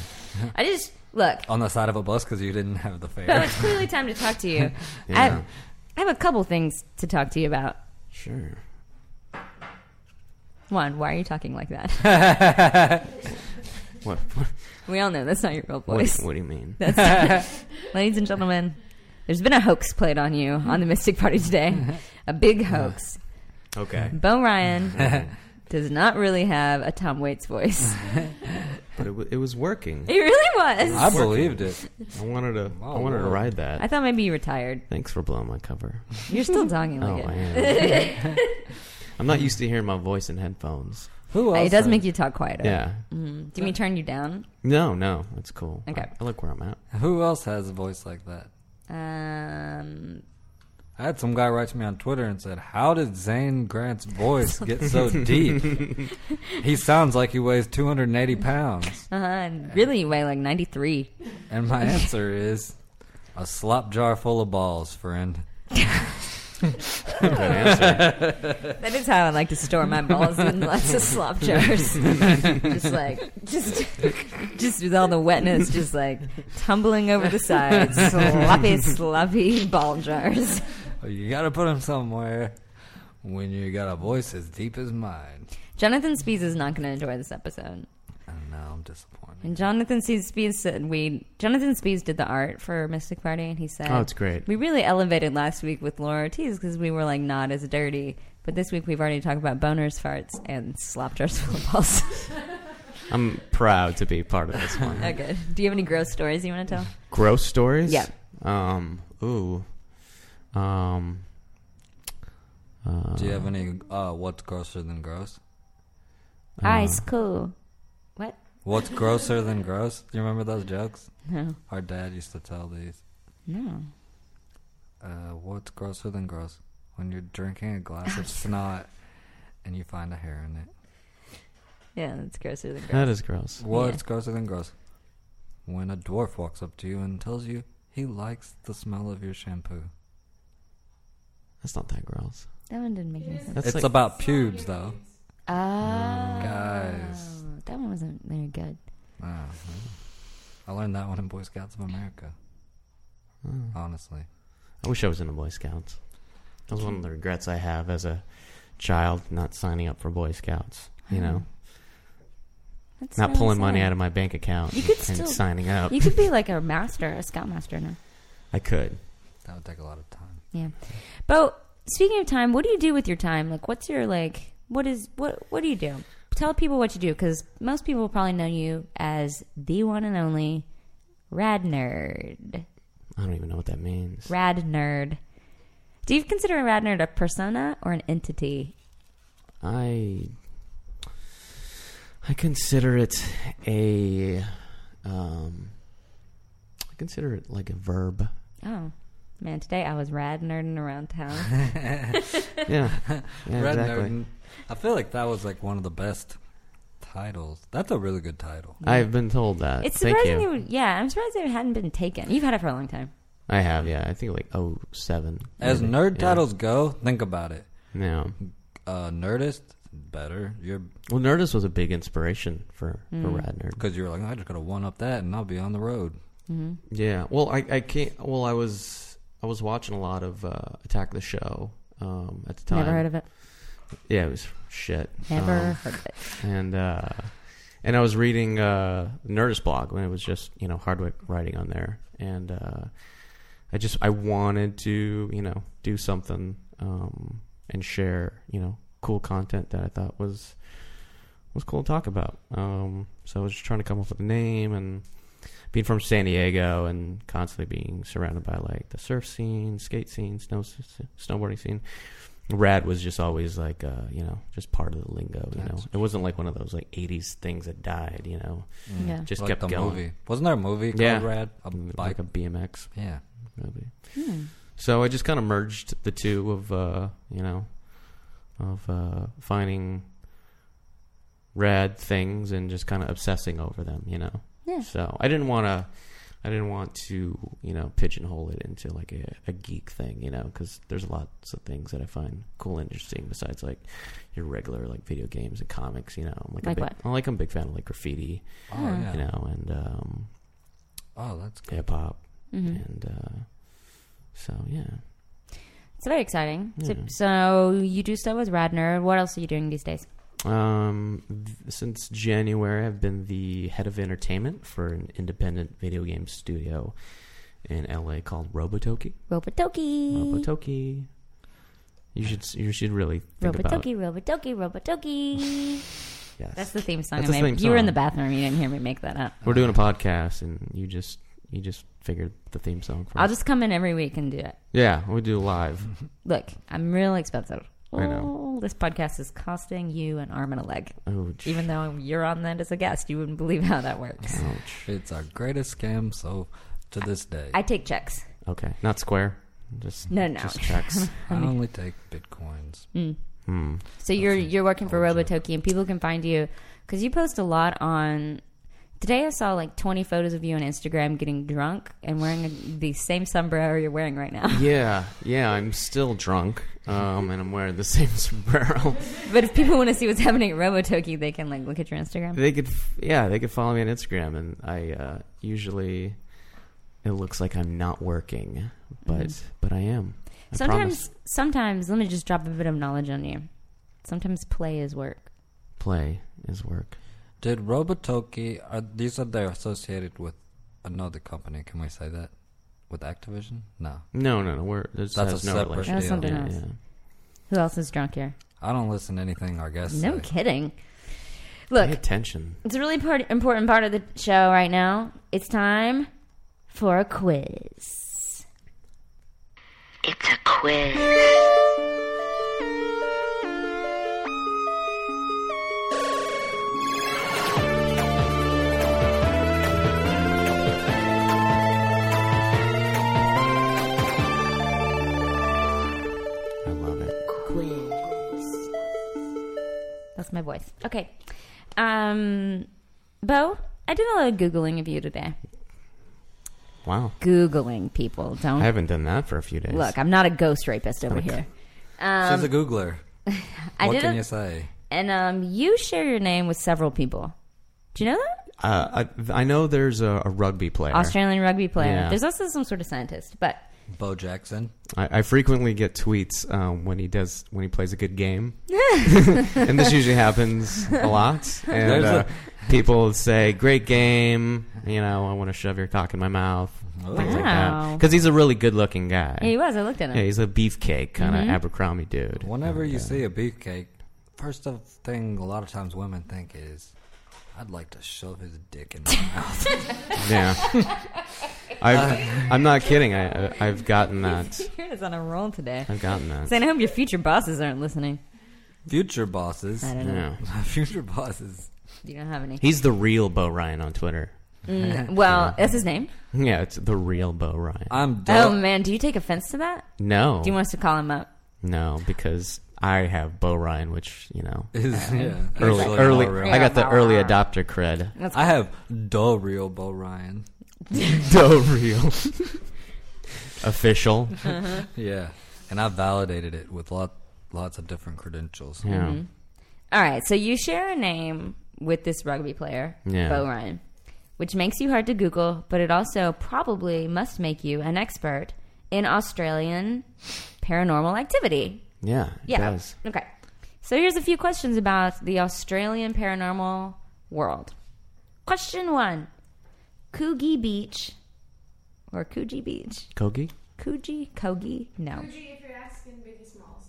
[SPEAKER 7] I just look.
[SPEAKER 2] On the side of a bus because you didn't have the
[SPEAKER 7] Bo,
[SPEAKER 2] fare.
[SPEAKER 7] it's clearly time to talk to you. I,
[SPEAKER 3] Yeah.
[SPEAKER 7] have, I have a couple things to talk to you about.
[SPEAKER 3] Sure.
[SPEAKER 7] One, why are you talking like that?
[SPEAKER 3] What, what,
[SPEAKER 7] we all know that's not your real
[SPEAKER 3] what,
[SPEAKER 7] voice.
[SPEAKER 3] what do you mean?
[SPEAKER 7] Ladies and gentlemen, there's been a hoax played on you on the Mystic Party today. A big hoax.
[SPEAKER 3] Okay.
[SPEAKER 7] Bo Ryan does not really have a Tom Waits voice.
[SPEAKER 3] But it, wa it was working.
[SPEAKER 7] It really was.
[SPEAKER 2] I believed it.
[SPEAKER 3] I wanted to. I wanted to
[SPEAKER 2] Lord.
[SPEAKER 3] ride that.
[SPEAKER 7] I thought maybe you retired.
[SPEAKER 3] Thanks for blowing my cover.
[SPEAKER 7] You're still talking
[SPEAKER 3] Oh,
[SPEAKER 7] like
[SPEAKER 3] I
[SPEAKER 7] it.
[SPEAKER 3] am. I'm not used to hearing my voice in headphones.
[SPEAKER 2] Who else?
[SPEAKER 7] It does make you talk quieter. Mm-hmm.
[SPEAKER 3] Yeah.
[SPEAKER 7] Do you mean turn you down?
[SPEAKER 3] No, no, it's cool.
[SPEAKER 7] Mm. Okay.
[SPEAKER 3] I, I like where I'm at.
[SPEAKER 2] Who else has a voice like that?
[SPEAKER 7] Um,
[SPEAKER 2] I had some guy write to me on Twitter and said, "How did Zane Grant's voice get so deep? he sounds like he weighs 280 pounds."
[SPEAKER 7] uh, and really, you weigh like 93.
[SPEAKER 2] And my answer is, "A slop jar full of balls, friend."
[SPEAKER 7] That is how I like to store my balls in lots of slop jars. just like, just, just with all the wetness, just like tumbling over the sides, sloppy, sloppy ball jars.
[SPEAKER 2] You gotta put him somewhere. When you got a voice as deep as mine,
[SPEAKER 7] Jonathan Spees is not going to enjoy this episode.
[SPEAKER 2] and now I'm disappointed.
[SPEAKER 7] And Jonathan C. Spees said we Jonathan Spees did the art for Mystic Party, and he said,
[SPEAKER 3] Oh, it's great.
[SPEAKER 7] We really elevated last week with Laura Ortiz because we were like not as dirty, but this week we've already talked about boners, farts, and slop jars full of balls."
[SPEAKER 3] I'm proud to be part of this one.
[SPEAKER 7] okay. Do you have any gross stories you want to tell?
[SPEAKER 3] Gross stories.
[SPEAKER 7] Yeah.
[SPEAKER 3] Um. Ooh. Um. Uh,
[SPEAKER 2] Do you have any? Uh, what's grosser than gross?
[SPEAKER 3] Uh,
[SPEAKER 7] Ice Ah, cool. What?
[SPEAKER 2] What's grosser than gross? Do you remember those jokes?
[SPEAKER 7] No.
[SPEAKER 2] Our dad used to tell these.
[SPEAKER 7] No.
[SPEAKER 2] Uh, what's grosser than gross? When you're drinking a glass of snot and you find a hair in it.
[SPEAKER 7] Yeah, that's grosser than gross.
[SPEAKER 3] uh, that is gross.
[SPEAKER 2] What's grosser than gross? When a dwarf walks up to you and tells you he likes the smell of your shampoo.
[SPEAKER 3] That's not that gross.
[SPEAKER 7] That one didn't make any sense.
[SPEAKER 3] That's
[SPEAKER 2] It's
[SPEAKER 3] like,
[SPEAKER 2] about pubes, though.
[SPEAKER 7] Oh.
[SPEAKER 2] Guys.
[SPEAKER 7] That one wasn't very good.
[SPEAKER 2] Oh, I learned that one in Boy Scouts of America.
[SPEAKER 3] Hmm.
[SPEAKER 2] Honestly.
[SPEAKER 3] I wish I was in the Boy Scouts. That was one of the regrets I have as a child, not signing up for Boy Scouts. You know,
[SPEAKER 7] That's
[SPEAKER 3] not
[SPEAKER 7] really
[SPEAKER 3] pulling
[SPEAKER 7] sad.
[SPEAKER 3] money out of my bank account
[SPEAKER 7] You could
[SPEAKER 3] and
[SPEAKER 7] still-
[SPEAKER 3] signing up.
[SPEAKER 7] You could be like a master, a scoutmaster now.
[SPEAKER 3] I could.
[SPEAKER 2] That would take a lot of time.
[SPEAKER 7] Yeah. But speaking of time, what do you do with your time? Like, what's your like? What is what? What do you do? Tell people what you do because most people probably know you as the one and only rad nerd.
[SPEAKER 3] I don't even know what that means.
[SPEAKER 7] Rad nerd. Do you consider a rad nerd a persona or an entity?
[SPEAKER 3] I I consider it a um I consider it like a verb.
[SPEAKER 7] Oh man, today I was rad nerding around town.
[SPEAKER 3] Yeah. yeah
[SPEAKER 2] Red
[SPEAKER 3] exactly.
[SPEAKER 2] Nerd. I feel like that was like one of the best titles. That's a really good title.
[SPEAKER 3] I've been told that.
[SPEAKER 7] It's
[SPEAKER 3] Thank
[SPEAKER 7] surprising.
[SPEAKER 3] you.
[SPEAKER 7] It would, yeah, I'm surprised it hadn't been taken. You've had it for a long time.
[SPEAKER 3] I have, yeah. I think like oh seven.
[SPEAKER 2] As
[SPEAKER 3] maybe.
[SPEAKER 2] nerd
[SPEAKER 3] Yeah.
[SPEAKER 2] titles go, think about it.
[SPEAKER 3] Yeah.
[SPEAKER 2] Uh, Nerdist, better. You're
[SPEAKER 3] Well, Nerdist was a big inspiration for for
[SPEAKER 7] Hmm.
[SPEAKER 3] Rad Nerd.
[SPEAKER 2] because you're like, I just gotta one up that, and I'll be on the road.
[SPEAKER 3] Yeah. Well, I I can't. Well, I was I was watching a lot of uh, Attack the Show um, at the time.
[SPEAKER 7] Never heard of it.
[SPEAKER 3] Yeah, it was shit.
[SPEAKER 7] Never
[SPEAKER 3] Um,
[SPEAKER 7] heard of it.
[SPEAKER 3] and uh, and I was reading uh, Nerdist blog when it was just you know Hardwick writing on there, and uh, I just I wanted to you know do something um, and share you know cool content that I thought was was cool to talk about. Um, so I was just trying to come up with a name, and being from San Diego and constantly being surrounded by like the surf scene, skate scene, snow snowboarding scene, rad was just always like uh, you know just part of the lingo. You know, it wasn't like one of those like '80s things that died. You know,
[SPEAKER 7] Yeah.
[SPEAKER 3] just
[SPEAKER 2] Mm. like
[SPEAKER 3] kept
[SPEAKER 2] the
[SPEAKER 3] going.
[SPEAKER 2] movie. Wasn't there a movie called
[SPEAKER 3] Yeah.
[SPEAKER 2] Rad? A
[SPEAKER 3] like
[SPEAKER 2] bike.
[SPEAKER 3] a BMX
[SPEAKER 2] yeah.
[SPEAKER 3] movie.
[SPEAKER 7] Hmm.
[SPEAKER 3] So I just kind of merged the two of uh, you know of uh, finding rad things and just kind of obsessing over them, you know.
[SPEAKER 7] Yeah.
[SPEAKER 3] So I didn't want to I didn't want to, you know, pigeonhole it into like a, a geek thing, you know, cuz there's lots of things that I find cool and interesting besides like your regular like video games and comics, you know. I'm like,
[SPEAKER 7] Like
[SPEAKER 3] a big,
[SPEAKER 7] what?
[SPEAKER 3] I'm like I'm a big fan of like graffiti,
[SPEAKER 2] Oh yeah.
[SPEAKER 3] you know, and um
[SPEAKER 2] Oh, that's good.
[SPEAKER 3] hip hop
[SPEAKER 7] Mm-hmm.
[SPEAKER 3] and uh so yeah.
[SPEAKER 7] It's very exciting. So,
[SPEAKER 3] Yeah.
[SPEAKER 7] so you do stuff with Radner. What else are you doing these days?
[SPEAKER 3] Um, th- since January, I've been the head of entertainment for an independent video game studio in LA called Robotoki.
[SPEAKER 7] Robotoki.
[SPEAKER 3] Robotoki. You should s- you should really think about
[SPEAKER 7] Robotoki, Robotoki, Robotoki.
[SPEAKER 3] yes.
[SPEAKER 7] That's the theme song.
[SPEAKER 3] That's
[SPEAKER 7] I
[SPEAKER 3] the
[SPEAKER 7] made.
[SPEAKER 3] theme
[SPEAKER 7] You were in
[SPEAKER 3] song.
[SPEAKER 7] the bathroom. You didn't hear me make that up.
[SPEAKER 3] We're doing a podcast, and you just you just figured the theme song for
[SPEAKER 7] I'll
[SPEAKER 3] us.
[SPEAKER 7] just come in every week and do it.
[SPEAKER 3] yeah. We do live.
[SPEAKER 7] Look, I'm real expensive.
[SPEAKER 3] I know.
[SPEAKER 7] Oh, this podcast is costing you an arm and a leg.
[SPEAKER 3] Oh, j-
[SPEAKER 7] Even though you're on that as a guest, you wouldn't believe how that works.
[SPEAKER 3] ouch.
[SPEAKER 2] It's our greatest scam so to this day.
[SPEAKER 7] I take checks.
[SPEAKER 3] Okay, not square. Just
[SPEAKER 7] No, no.
[SPEAKER 3] Just checks.
[SPEAKER 2] I only take bitcoins.
[SPEAKER 3] Hmm.
[SPEAKER 7] So you're you're working for Robotoki, and people can find you because you post a lot on. Today I saw like 20 photos of you on Instagram getting drunk and wearing the same sombrero you're wearing right now.
[SPEAKER 3] Yeah, yeah. I'm still drunk, um, and I'm wearing the same sombrero.
[SPEAKER 7] But if people want to see what's happening at Robotoki, they can like look at your Instagram.
[SPEAKER 3] They could, f- yeah, they could follow me on Instagram, and I uh, usually it looks like I'm not working, but but I am. I
[SPEAKER 7] Mm-hmm. Sometimes,
[SPEAKER 3] promise.
[SPEAKER 7] sometimes let me just drop a bit of knowledge on you. Sometimes play is work.
[SPEAKER 3] play is work.
[SPEAKER 2] Did Robotoki are these are they're associated with another company, can we say that? With Activision? No.
[SPEAKER 3] No, no, no. We're this
[SPEAKER 2] That's
[SPEAKER 3] has
[SPEAKER 2] a
[SPEAKER 3] no
[SPEAKER 2] separate
[SPEAKER 3] relation.
[SPEAKER 7] That's
[SPEAKER 2] deal.
[SPEAKER 7] something
[SPEAKER 3] Yeah,
[SPEAKER 7] else.
[SPEAKER 3] yeah.
[SPEAKER 7] Who else is drunk here?
[SPEAKER 2] I don't listen to anything our guests
[SPEAKER 7] No
[SPEAKER 2] say.
[SPEAKER 7] kidding.
[SPEAKER 3] Pay
[SPEAKER 7] Look,
[SPEAKER 3] attention.
[SPEAKER 7] it's a really part, important part of the show right now. It's time for a quiz.
[SPEAKER 6] It's a quiz.
[SPEAKER 3] I love it.
[SPEAKER 6] Quiz.
[SPEAKER 7] That's my voice. Okay. Um, Bo, I did a lot of Googling of you today.
[SPEAKER 3] Wow,
[SPEAKER 7] Googling people.
[SPEAKER 3] I
[SPEAKER 7] Don't
[SPEAKER 3] haven't done that for a few days.
[SPEAKER 7] look. I'm not a ghost rapist over here.
[SPEAKER 2] She's a Googler.
[SPEAKER 7] Um, I
[SPEAKER 2] what
[SPEAKER 7] did
[SPEAKER 2] can
[SPEAKER 7] a-
[SPEAKER 2] you say?
[SPEAKER 7] And um, you share your name with several people. Do you know that?
[SPEAKER 3] Uh, I, I know there's a, a rugby player.
[SPEAKER 7] Australian rugby player.
[SPEAKER 3] Yeah.
[SPEAKER 7] There's also some sort of scientist, but
[SPEAKER 2] Bo Jackson.
[SPEAKER 3] I, I frequently get tweets um, when he does when he plays a good game, and this usually happens a lot. And
[SPEAKER 2] There's
[SPEAKER 3] uh, people say, "Great game," you know, "I want to shove your cock in my mouth," things Oh, like
[SPEAKER 7] Wow.
[SPEAKER 3] that. Because he's a really good-looking guy.
[SPEAKER 7] yeah, he was. Mm-hmm. I looked at him.
[SPEAKER 3] Yeah, he's a beefcake kind of Abercrombie dude.
[SPEAKER 2] Whenever you see a beefcake, first of thing a lot of times women think is I'd like to shove his dick in my mouth.
[SPEAKER 3] Yeah, I've, I'm not kidding. I, I, I've gotten that.
[SPEAKER 7] You're just on a roll today.
[SPEAKER 3] I've gotten that.
[SPEAKER 7] Saying, I hope your future bosses aren't listening.
[SPEAKER 2] Future bosses.
[SPEAKER 7] I don't know.
[SPEAKER 3] Yeah.
[SPEAKER 2] Future bosses.
[SPEAKER 7] You don't have any.
[SPEAKER 3] He's the real Bo Ryan on Twitter.
[SPEAKER 7] well, that's his name.
[SPEAKER 3] Yeah, it's the real Bo Ryan.
[SPEAKER 2] I'm
[SPEAKER 7] Oh
[SPEAKER 2] done.
[SPEAKER 7] man, do you take offense to that?
[SPEAKER 3] no.
[SPEAKER 7] Do you want us to call him up?
[SPEAKER 3] No, because I have Bo Ryan, which you know,
[SPEAKER 2] Is, yeah,
[SPEAKER 3] early,
[SPEAKER 2] actually
[SPEAKER 3] early.
[SPEAKER 2] not real.
[SPEAKER 3] I got the early adopter cred.
[SPEAKER 2] I have the real Bo Ryan.
[SPEAKER 3] Do real, official.
[SPEAKER 7] Mm-hmm.
[SPEAKER 2] Yeah, and I validated it with lot lots of different credentials.
[SPEAKER 3] Yeah,
[SPEAKER 7] All right, so you share a name with this rugby player,
[SPEAKER 3] Yeah.
[SPEAKER 7] Bo Ryan, which makes you hard to Google, but it also probably must make you an expert in Australian paranormal activity.
[SPEAKER 3] yeah, it
[SPEAKER 7] Yeah.
[SPEAKER 3] does.
[SPEAKER 7] Okay. So here's a few questions about the Australian paranormal world. Question one Coogee Beach or Coogee Beach?
[SPEAKER 3] Kogi.
[SPEAKER 7] Coogee? Coogee? No.
[SPEAKER 8] Coogee, if you're asking Biggie Smalls,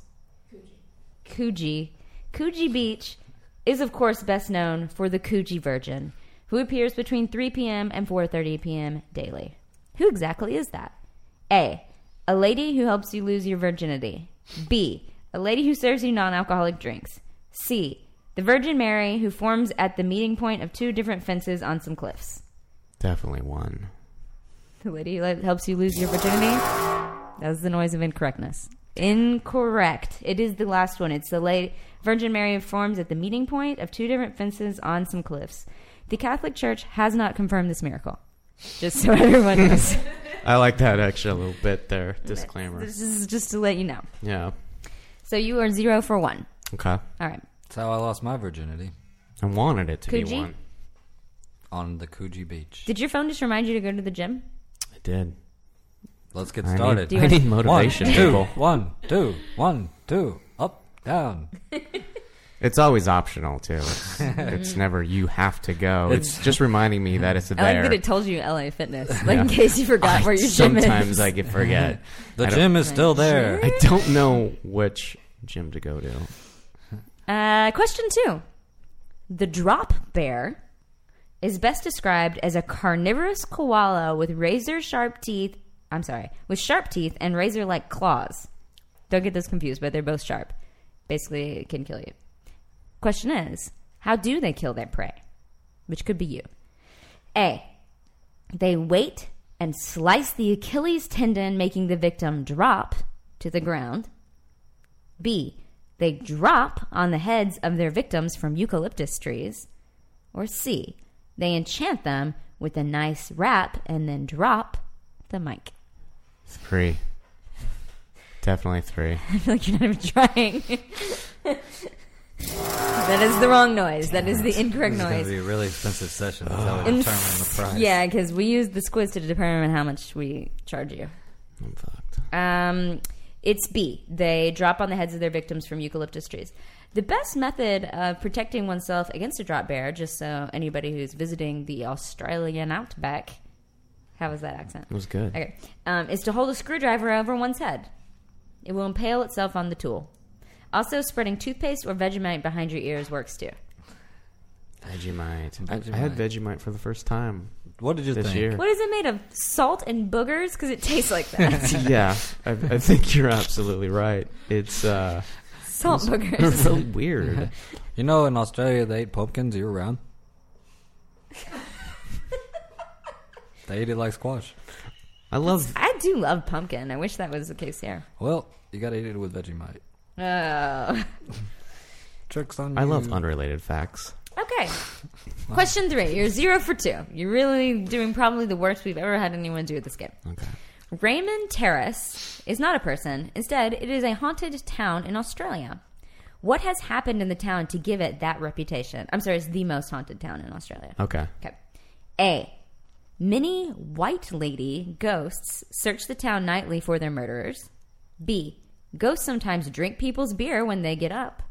[SPEAKER 8] Coogee.
[SPEAKER 7] Coogee. Coogee Beach is, of course, best known for the Coogee Virgin, who appears between 3 p.m. and 4:30 p.m. daily. Who exactly is that? A. A lady who helps you lose your virginity. B. A lady who serves you non-alcoholic drinks. C. The Virgin Mary who forms at the meeting point of two different fences on some cliffs.
[SPEAKER 3] Definitely one.
[SPEAKER 7] The lady who le- helps you lose your virginity. That was the noise of incorrectness. Incorrect. It is the last one. It's the late Virgin Mary of Forms at the meeting point of two different fences on some cliffs. The Catholic Church has not confirmed this miracle. Just so everyone knows.
[SPEAKER 3] I like that extra little bit there. Disclaimer.
[SPEAKER 7] this is just to let you know.
[SPEAKER 3] Yeah.
[SPEAKER 7] So you are zero for one.
[SPEAKER 3] Okay.
[SPEAKER 7] All right.
[SPEAKER 2] That's how I lost my virginity
[SPEAKER 3] I wanted it to be
[SPEAKER 7] Coogee?
[SPEAKER 3] one.
[SPEAKER 2] on the Coogee Beach.
[SPEAKER 7] Did your phone just remind you to go to the gym?
[SPEAKER 3] I did.
[SPEAKER 2] Let's get
[SPEAKER 3] I
[SPEAKER 2] started.
[SPEAKER 3] need, I need motivation,
[SPEAKER 2] one, two,
[SPEAKER 3] people.
[SPEAKER 2] one, two, one, two, up, down.
[SPEAKER 3] It's always optional too. It's, it's never you have to go. It's just reminding me that it's there.
[SPEAKER 7] I like that it told you LA Fitness, like in case you forgot where your gym is.
[SPEAKER 3] Sometimes I get forget.
[SPEAKER 2] The
[SPEAKER 3] I don't-
[SPEAKER 2] gym is still there.
[SPEAKER 3] I don't know which gym to go to.
[SPEAKER 7] Uh, question two. The drop bear is best described as a carnivorous koala with razor sharp teeth. I'm sorry, with sharp teeth and razor like claws. Don't get those confused, but they're both sharp. Basically, it can kill you. Question is how do they kill their prey? Which could be you. A. They wait and slice the Achilles tendon, making the victim drop to the ground. B. They drop on the heads of their victims from eucalyptus trees. Or C. They enchant them with a nice rap and then drop the mic.
[SPEAKER 3] Three. Definitely three.
[SPEAKER 7] I feel like you're not even trying. that is the wrong noise. That is the incorrect
[SPEAKER 2] This is going to
[SPEAKER 7] noise.
[SPEAKER 2] be a really expensive session. That's how we determine the price.
[SPEAKER 7] Yeah, because we use this quiz to determine how much we charge you.
[SPEAKER 3] I'm fucked.
[SPEAKER 7] Um, it's B. They drop on the heads of their victims from eucalyptus trees. The best method of protecting oneself against a drop bear, just so anybody who's visiting the Australian outback, how was that accent?
[SPEAKER 3] It was good.
[SPEAKER 7] Okay, um, is to hold a screwdriver over one's head. It will impale itself on the tool. Also, spreading toothpaste or Vegemite behind your ears works too.
[SPEAKER 3] Vegemite. I, I had Vegemite for the first time
[SPEAKER 2] What did you
[SPEAKER 3] this
[SPEAKER 2] think?
[SPEAKER 3] year.
[SPEAKER 7] What is it made of? Salt and boogers? Because it tastes like that.
[SPEAKER 3] Yeah, I, I think you're absolutely right. It's uh,
[SPEAKER 7] Salt boogers.
[SPEAKER 3] really weird.
[SPEAKER 2] You know, in Australia, they ate pumpkins year round. they ate it like squash.
[SPEAKER 3] I love.
[SPEAKER 7] I do love pumpkin. I wish that was the case here.
[SPEAKER 2] Well, you got to eat it with Vegemite.
[SPEAKER 7] Oh.
[SPEAKER 2] Tricks on
[SPEAKER 3] I
[SPEAKER 2] you.
[SPEAKER 3] love unrelated facts.
[SPEAKER 7] Okay. Question three. You're zero for two. You're really doing probably the worst we've ever had anyone do at this game.
[SPEAKER 3] Okay.
[SPEAKER 7] Raymond Terrace is not a person. Instead, it is a haunted town in Australia. What has happened in the town to give it that reputation? I'm sorry, it's the most haunted town in Australia.
[SPEAKER 3] Okay.
[SPEAKER 7] Okay. A. Many white lady ghosts search the town nightly for their murderers. B. Ghosts sometimes drink people's beer when they get up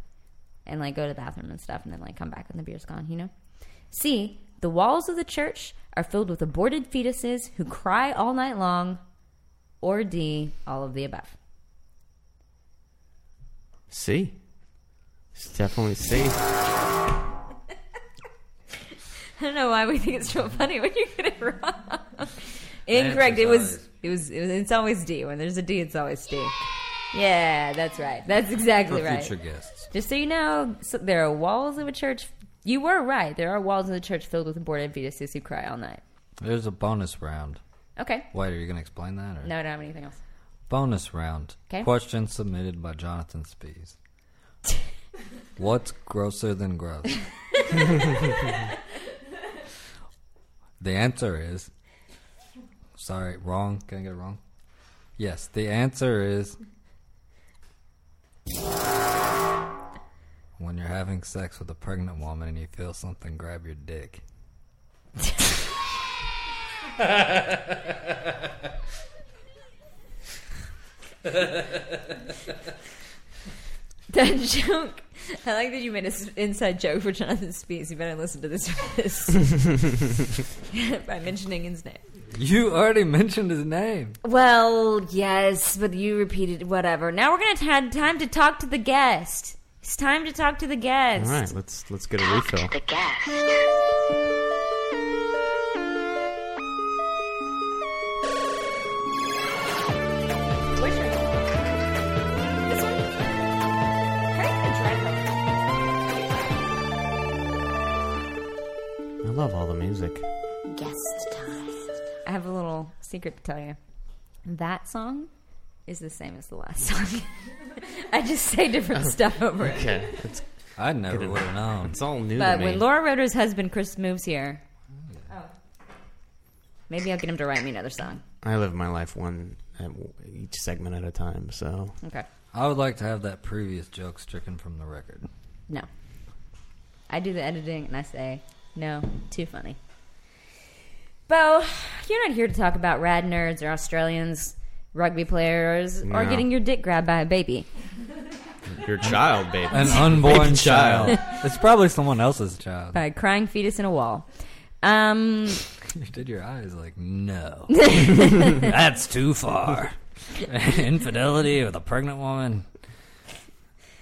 [SPEAKER 7] and like go to the bathroom and stuff and then like come back when the beer's gone, you know? C. The walls of the church are filled with aborted fetuses who cry all night long. Or D. All of the above.
[SPEAKER 3] C. It's definitely C.
[SPEAKER 7] I don't know why we think it's so funny when you get it wrong. Incorrect. It was, it was. It was. It's always D. When there's a D, it's always D. Yeah, that's right. That's exactly
[SPEAKER 2] For
[SPEAKER 7] right.
[SPEAKER 2] future guests.
[SPEAKER 7] Just so you know, so there are walls of a church. You were right. There are walls of the church filled with aborted fetuses who cry all night.
[SPEAKER 2] There's a bonus round.
[SPEAKER 7] Okay.
[SPEAKER 2] Wait, are you going to explain that? Or?
[SPEAKER 7] No, I don't have anything else.
[SPEAKER 2] Bonus round.
[SPEAKER 7] 'Kay.
[SPEAKER 2] Question submitted by Jonathan Spees. What's grosser than gross? the answer is. Sorry, wrong. Can I get it wrong? Yes, the answer is. When you're having sex with a pregnant woman and you feel something grab your dick.
[SPEAKER 7] That joke. I like that you made an inside joke for Jonathan Spees. You better listen to this. this. by mentioning his name.
[SPEAKER 2] You already mentioned his name.
[SPEAKER 7] Well, yes, but you repeated whatever. Now we're gonna t- have time to talk to the guest. It's time to talk to the
[SPEAKER 3] All
[SPEAKER 7] guest.
[SPEAKER 3] right, let's let's get a refill.
[SPEAKER 6] The guest.
[SPEAKER 3] I love all the music.
[SPEAKER 7] Guest time. I have a little secret to tell you. That song is the same as the last song. I just say different stuff over it.
[SPEAKER 3] Oh, Okay, it's,
[SPEAKER 2] I never would have known.
[SPEAKER 3] it's all new
[SPEAKER 7] But
[SPEAKER 3] to me. Oh.
[SPEAKER 7] when Laura Roder's husband Chris moves here, maybe I'll get him to write me another song.
[SPEAKER 3] I live my life one at each segment at a time, so
[SPEAKER 7] Okay.
[SPEAKER 2] I would like to have that previous joke stricken from the record.
[SPEAKER 7] No. I do the editing and I say, no, too funny. Bo, you're not here to talk about rad nerds or Australians, rugby players, or
[SPEAKER 3] No.
[SPEAKER 7] getting your dick grabbed by a baby.
[SPEAKER 3] your child, baby.
[SPEAKER 2] An unborn
[SPEAKER 3] child.
[SPEAKER 2] child. it's probably someone else's child.
[SPEAKER 7] by a crying fetus in a wall. Um,
[SPEAKER 2] You did your eyes like, no. That's too far. Infidelity with a pregnant woman.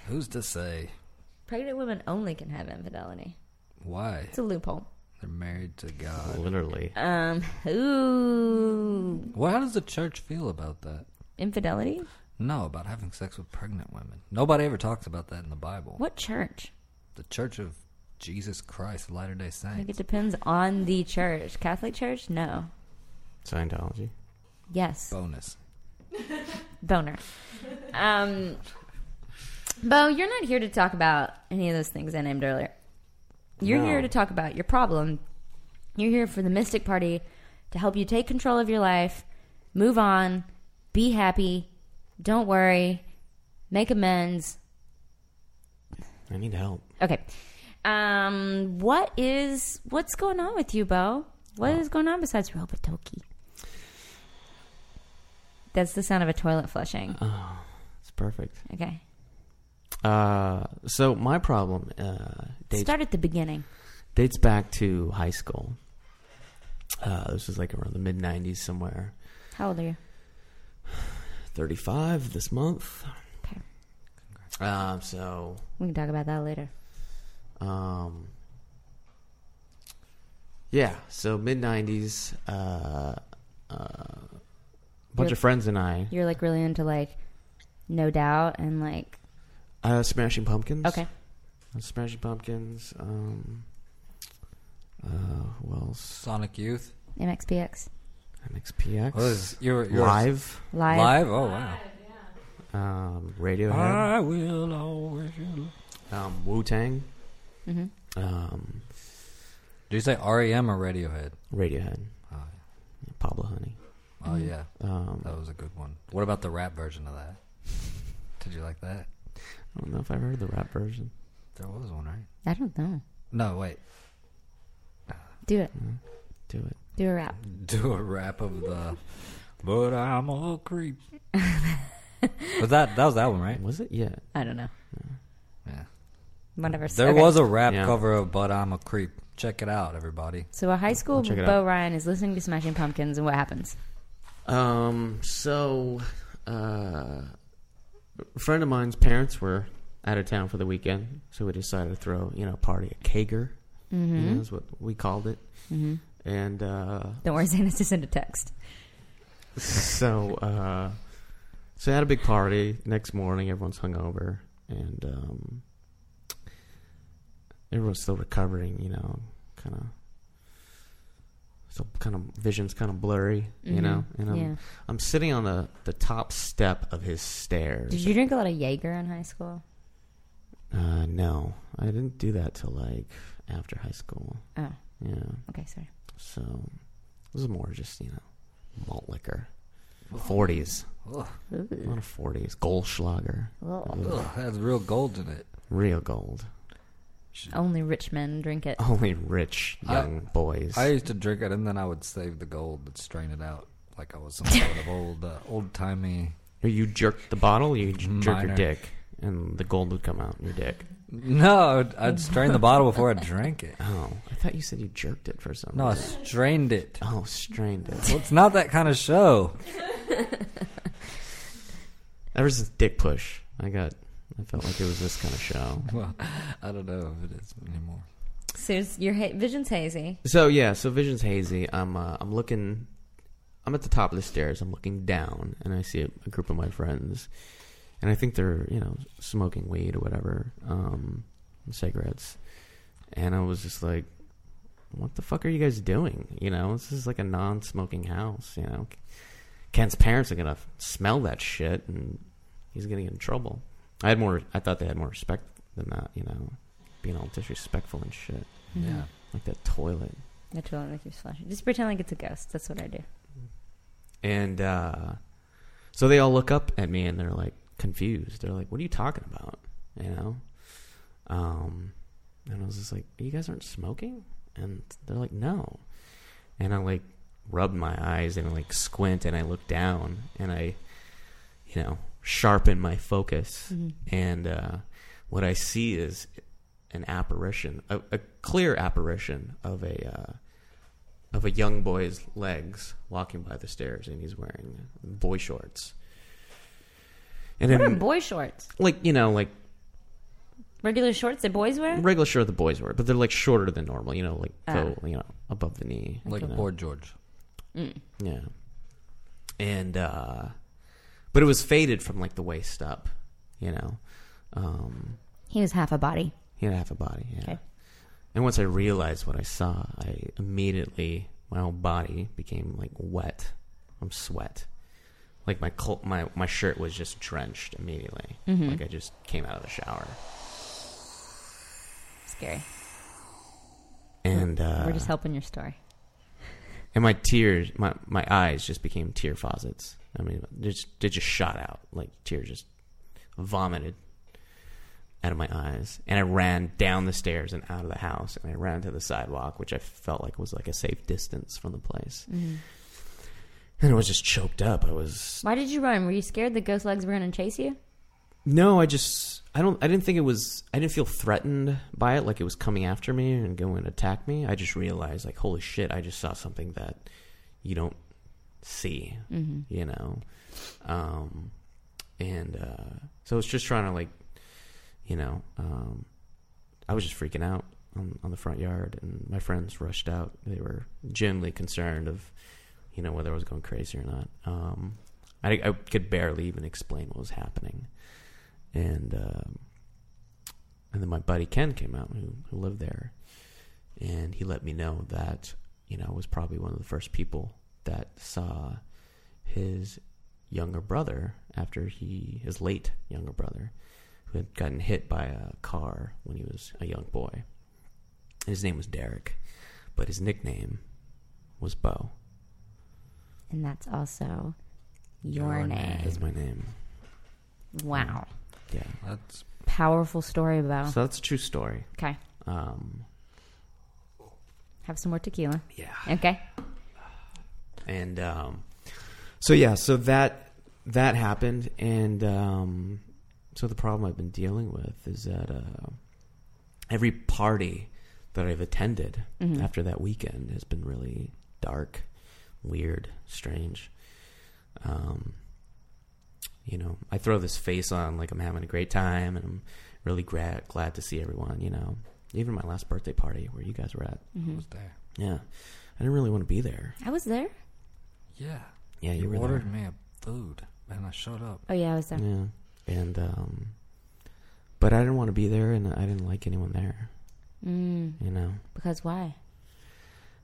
[SPEAKER 2] Who's to say
[SPEAKER 7] pregnant women only can have infidelity.
[SPEAKER 2] why?
[SPEAKER 7] It's a loophole.
[SPEAKER 2] They're married to God.
[SPEAKER 3] Literally,
[SPEAKER 7] Um, ooh,
[SPEAKER 2] Well, how does the church feel about that?
[SPEAKER 7] infidelity?
[SPEAKER 2] No, about having sex with pregnant women. Nobody ever talks about that in the Bible.
[SPEAKER 7] What church?
[SPEAKER 2] The Church of Jesus Christ of Latter day
[SPEAKER 7] I think it
[SPEAKER 2] Saints.
[SPEAKER 7] depends on the church. Catholic church? No.
[SPEAKER 3] Scientology.
[SPEAKER 7] Yes.
[SPEAKER 2] Bonus.
[SPEAKER 7] Boner. Um, Bo, you're not here to talk about any of those things I named earlier. You're
[SPEAKER 3] No.
[SPEAKER 7] here to talk about your problem. You're here for the Mystic Party to help you take control of your life, move on, be happy, don't worry, make amends.
[SPEAKER 3] I need help.
[SPEAKER 7] Okay. Um, what is what's going on with you, Bo? What is going on besides Robotoki? That's the sound of a toilet flushing.
[SPEAKER 3] It's perfect.
[SPEAKER 7] Okay.
[SPEAKER 3] Uh, so my problem uh, dates
[SPEAKER 7] Start at the beginning.
[SPEAKER 3] dates back to high school. Uh, this was like around the mid '90s, somewhere.
[SPEAKER 7] How old are you?
[SPEAKER 3] 35 this month.
[SPEAKER 7] Okay.
[SPEAKER 3] Um, so
[SPEAKER 7] We can talk about that later.
[SPEAKER 3] Um, yeah, so mid '90s, uh, uh, bunch
[SPEAKER 7] You're-
[SPEAKER 3] of friends and I,
[SPEAKER 7] You're like really into like No Doubt and like
[SPEAKER 3] uh, Smashing Pumpkins.
[SPEAKER 7] okay.
[SPEAKER 3] Uh, Smashing Pumpkins. Um, uh, who else?
[SPEAKER 2] Sonic Youth.
[SPEAKER 7] MXPX
[SPEAKER 3] MXPX.
[SPEAKER 2] What is your, your
[SPEAKER 3] Live.
[SPEAKER 7] live.
[SPEAKER 2] Live? Oh, wow.
[SPEAKER 3] Um, Radiohead.
[SPEAKER 2] I will always. Do
[SPEAKER 3] Um, Wu Tang. Um,
[SPEAKER 2] you say REM or Radiohead?
[SPEAKER 3] Radiohead. Uh, Pablo Honey.
[SPEAKER 2] Oh yeah,
[SPEAKER 3] Um,
[SPEAKER 2] that was a good one. What about the rap version of that? Did you like that?
[SPEAKER 3] I don't know if I've heard the rap version.
[SPEAKER 2] There was one, right?
[SPEAKER 7] I don't know.
[SPEAKER 2] No, wait.
[SPEAKER 7] Do it.
[SPEAKER 3] Do it.
[SPEAKER 7] Do a rap.
[SPEAKER 2] Do a rap of the. But I'm a creep. was that that was that one, right?
[SPEAKER 3] Was it? Yeah.
[SPEAKER 7] I don't know.
[SPEAKER 2] Yeah.
[SPEAKER 7] Whatever. So-
[SPEAKER 2] There
[SPEAKER 7] okay.
[SPEAKER 2] was a rap
[SPEAKER 3] Yeah.
[SPEAKER 2] cover of "But I'm a Creep." Check it out, everybody.
[SPEAKER 7] so a high school
[SPEAKER 3] check it
[SPEAKER 7] Bo
[SPEAKER 3] out.
[SPEAKER 7] Ryan is listening to Smashing Pumpkins and what happens?
[SPEAKER 3] Um, so, uh, a friend of mine's parents were out of town for the weekend, so we decided to throw, you know, a party, a kegger. You know, is what we called it. Mm-hmm. And, uh,
[SPEAKER 7] Don't worry, Zanis to send a text.
[SPEAKER 3] so, uh, so I had a big party. Next morning, everyone's hungover, and, um, everyone's still recovering, you know, kind of. So kind of vision's kind of blurry, you know, and I'm
[SPEAKER 7] Mm-hmm. yeah.
[SPEAKER 3] I'm sitting on the, the top step of his stairs.
[SPEAKER 7] Did you drink a lot of Jaeger in high school?
[SPEAKER 3] Uh, no, I didn't do that till like after high school.
[SPEAKER 7] Oh,
[SPEAKER 3] Yeah,
[SPEAKER 7] okay, sorry.
[SPEAKER 3] so it was more just you know malt liquor, forties, a lot of forties, Goldschlager,
[SPEAKER 2] Ugh, has real gold in it.
[SPEAKER 3] real gold.
[SPEAKER 7] Only rich men drink it.
[SPEAKER 3] Only rich young boys.
[SPEAKER 2] I used to drink it, and then I would save the gold and strain it out like I was some sort of old uh, old timey.
[SPEAKER 3] you jerked the bottle, you j- jerk
[SPEAKER 2] Minor.
[SPEAKER 3] your dick, and the gold would come out in your dick.
[SPEAKER 2] No, I'd- I'd strain the bottle before I drank it.
[SPEAKER 3] Oh, I thought you said you jerked it for some
[SPEAKER 2] No, I
[SPEAKER 3] reason.
[SPEAKER 2] strained it.
[SPEAKER 3] Oh, strained it.
[SPEAKER 2] Well, it's not that kind of show.
[SPEAKER 3] Ever since Dick Push, I got. I felt like it was this kind of show.
[SPEAKER 2] Well, I don't know if it is anymore.
[SPEAKER 7] So it's- your ha- vision's hazy.
[SPEAKER 3] So yeah, so vision's hazy. I'm uh, I'm looking. I'm at the top of the stairs. I'm looking down, and I see a, a group of my friends, and I think they're you know smoking weed or whatever, um, cigarettes, and I was just like, what the fuck are you guys doing? You know, this is like a non-smoking house. You know, Ken's parents are gonna smell that shit, and he's gonna get in trouble. I had more. I thought they had more respect than that. You know, being all disrespectful and shit.
[SPEAKER 2] Yeah.
[SPEAKER 3] like that toilet.
[SPEAKER 7] The toilet that keeps flashing. Just pretend like it's a ghost. That's what I do.
[SPEAKER 3] And uh, so they all look up at me and they're like confused. They're like, "What are you talking about?" You know. Um, and I was just like, "You guys aren't smoking?" And they're like, "No." And I like rubbed my eyes and I like squint and I look down and I, you know, sharpen my focus. And uh, what I see is an apparition, a, a clear apparition of a. Uh, of a young boy's legs walking by the stairs, and he's wearing boy shorts. And
[SPEAKER 7] What are
[SPEAKER 3] then,
[SPEAKER 7] boy shorts?
[SPEAKER 3] like you know, like
[SPEAKER 7] Regular shorts that boys wear?
[SPEAKER 3] regular short the boys wear, but they're like shorter than normal. You know, like go you know above the knee,
[SPEAKER 2] Like
[SPEAKER 3] you know?
[SPEAKER 2] poor George.
[SPEAKER 3] Yeah. And uh but it was faded from like the waist up, you know. Um
[SPEAKER 7] He was half a body.
[SPEAKER 3] he had half a body, yeah.
[SPEAKER 7] Okay.
[SPEAKER 3] And once I realized what I saw, I immediately my whole body became like wet from sweat. Like my col- my my shirt was just drenched immediately. Like I just came out of the shower.
[SPEAKER 7] Scary.
[SPEAKER 3] And uh
[SPEAKER 7] We're just helping your story.
[SPEAKER 3] and my tears my my eyes just became tear faucets i mean they just, they just shot out like tears just vomited out of my eyes and i ran down the stairs and out of the house and i ran to the sidewalk which i felt like was like a safe distance from the place and i was just choked up i was
[SPEAKER 7] Why did you run? Were you scared the ghost legs were going to chase you?
[SPEAKER 3] no i just i don't i didn't think it was i didn't feel threatened by it like it was coming after me and going to attack me i just realized like holy shit i just saw something that you don't see, you know. Um, and uh, so it's just trying to like, you know, um, I was just freaking out on, on the front yard, and my friends rushed out. They were genuinely concerned of, you know, whether I was going crazy or not. Um, I, I could barely even explain what was happening, and um, and then my buddy Ken came out who who lived there, and he let me know that you know I was probably one of the first people that saw his younger brother after he his late younger brother who had gotten hit by a car when he was a young boy. And his name was Derek, but his nickname was Bo.
[SPEAKER 7] And that's also your, name.
[SPEAKER 3] That's my name.
[SPEAKER 7] Wow.
[SPEAKER 3] Yeah.
[SPEAKER 2] That's
[SPEAKER 7] Powerful story about.
[SPEAKER 3] So that's a true story.
[SPEAKER 7] okay.
[SPEAKER 3] Um,
[SPEAKER 7] Have some more tequila.
[SPEAKER 3] yeah.
[SPEAKER 7] Okay.
[SPEAKER 3] and um, so yeah, so that that happened, and um, so the problem I've been dealing with is that uh, every party that I've attended after that weekend has been really dark, weird, strange. Um, you know, I throw this face on like I'm having a great time and I'm really gra- glad to see everyone. You know, even my last birthday party where you guys were at,
[SPEAKER 7] Mm-hmm.
[SPEAKER 2] was there.
[SPEAKER 3] yeah, I didn't really want to be there.
[SPEAKER 7] I was there.
[SPEAKER 2] Yeah.
[SPEAKER 3] Yeah, you
[SPEAKER 2] You,
[SPEAKER 3] were there.
[SPEAKER 2] ordered me a food and I showed up.
[SPEAKER 7] Oh, yeah, I was there.
[SPEAKER 3] Yeah. And um but I didn't want to be there and I didn't like anyone there. Mm. You know.
[SPEAKER 7] Because why?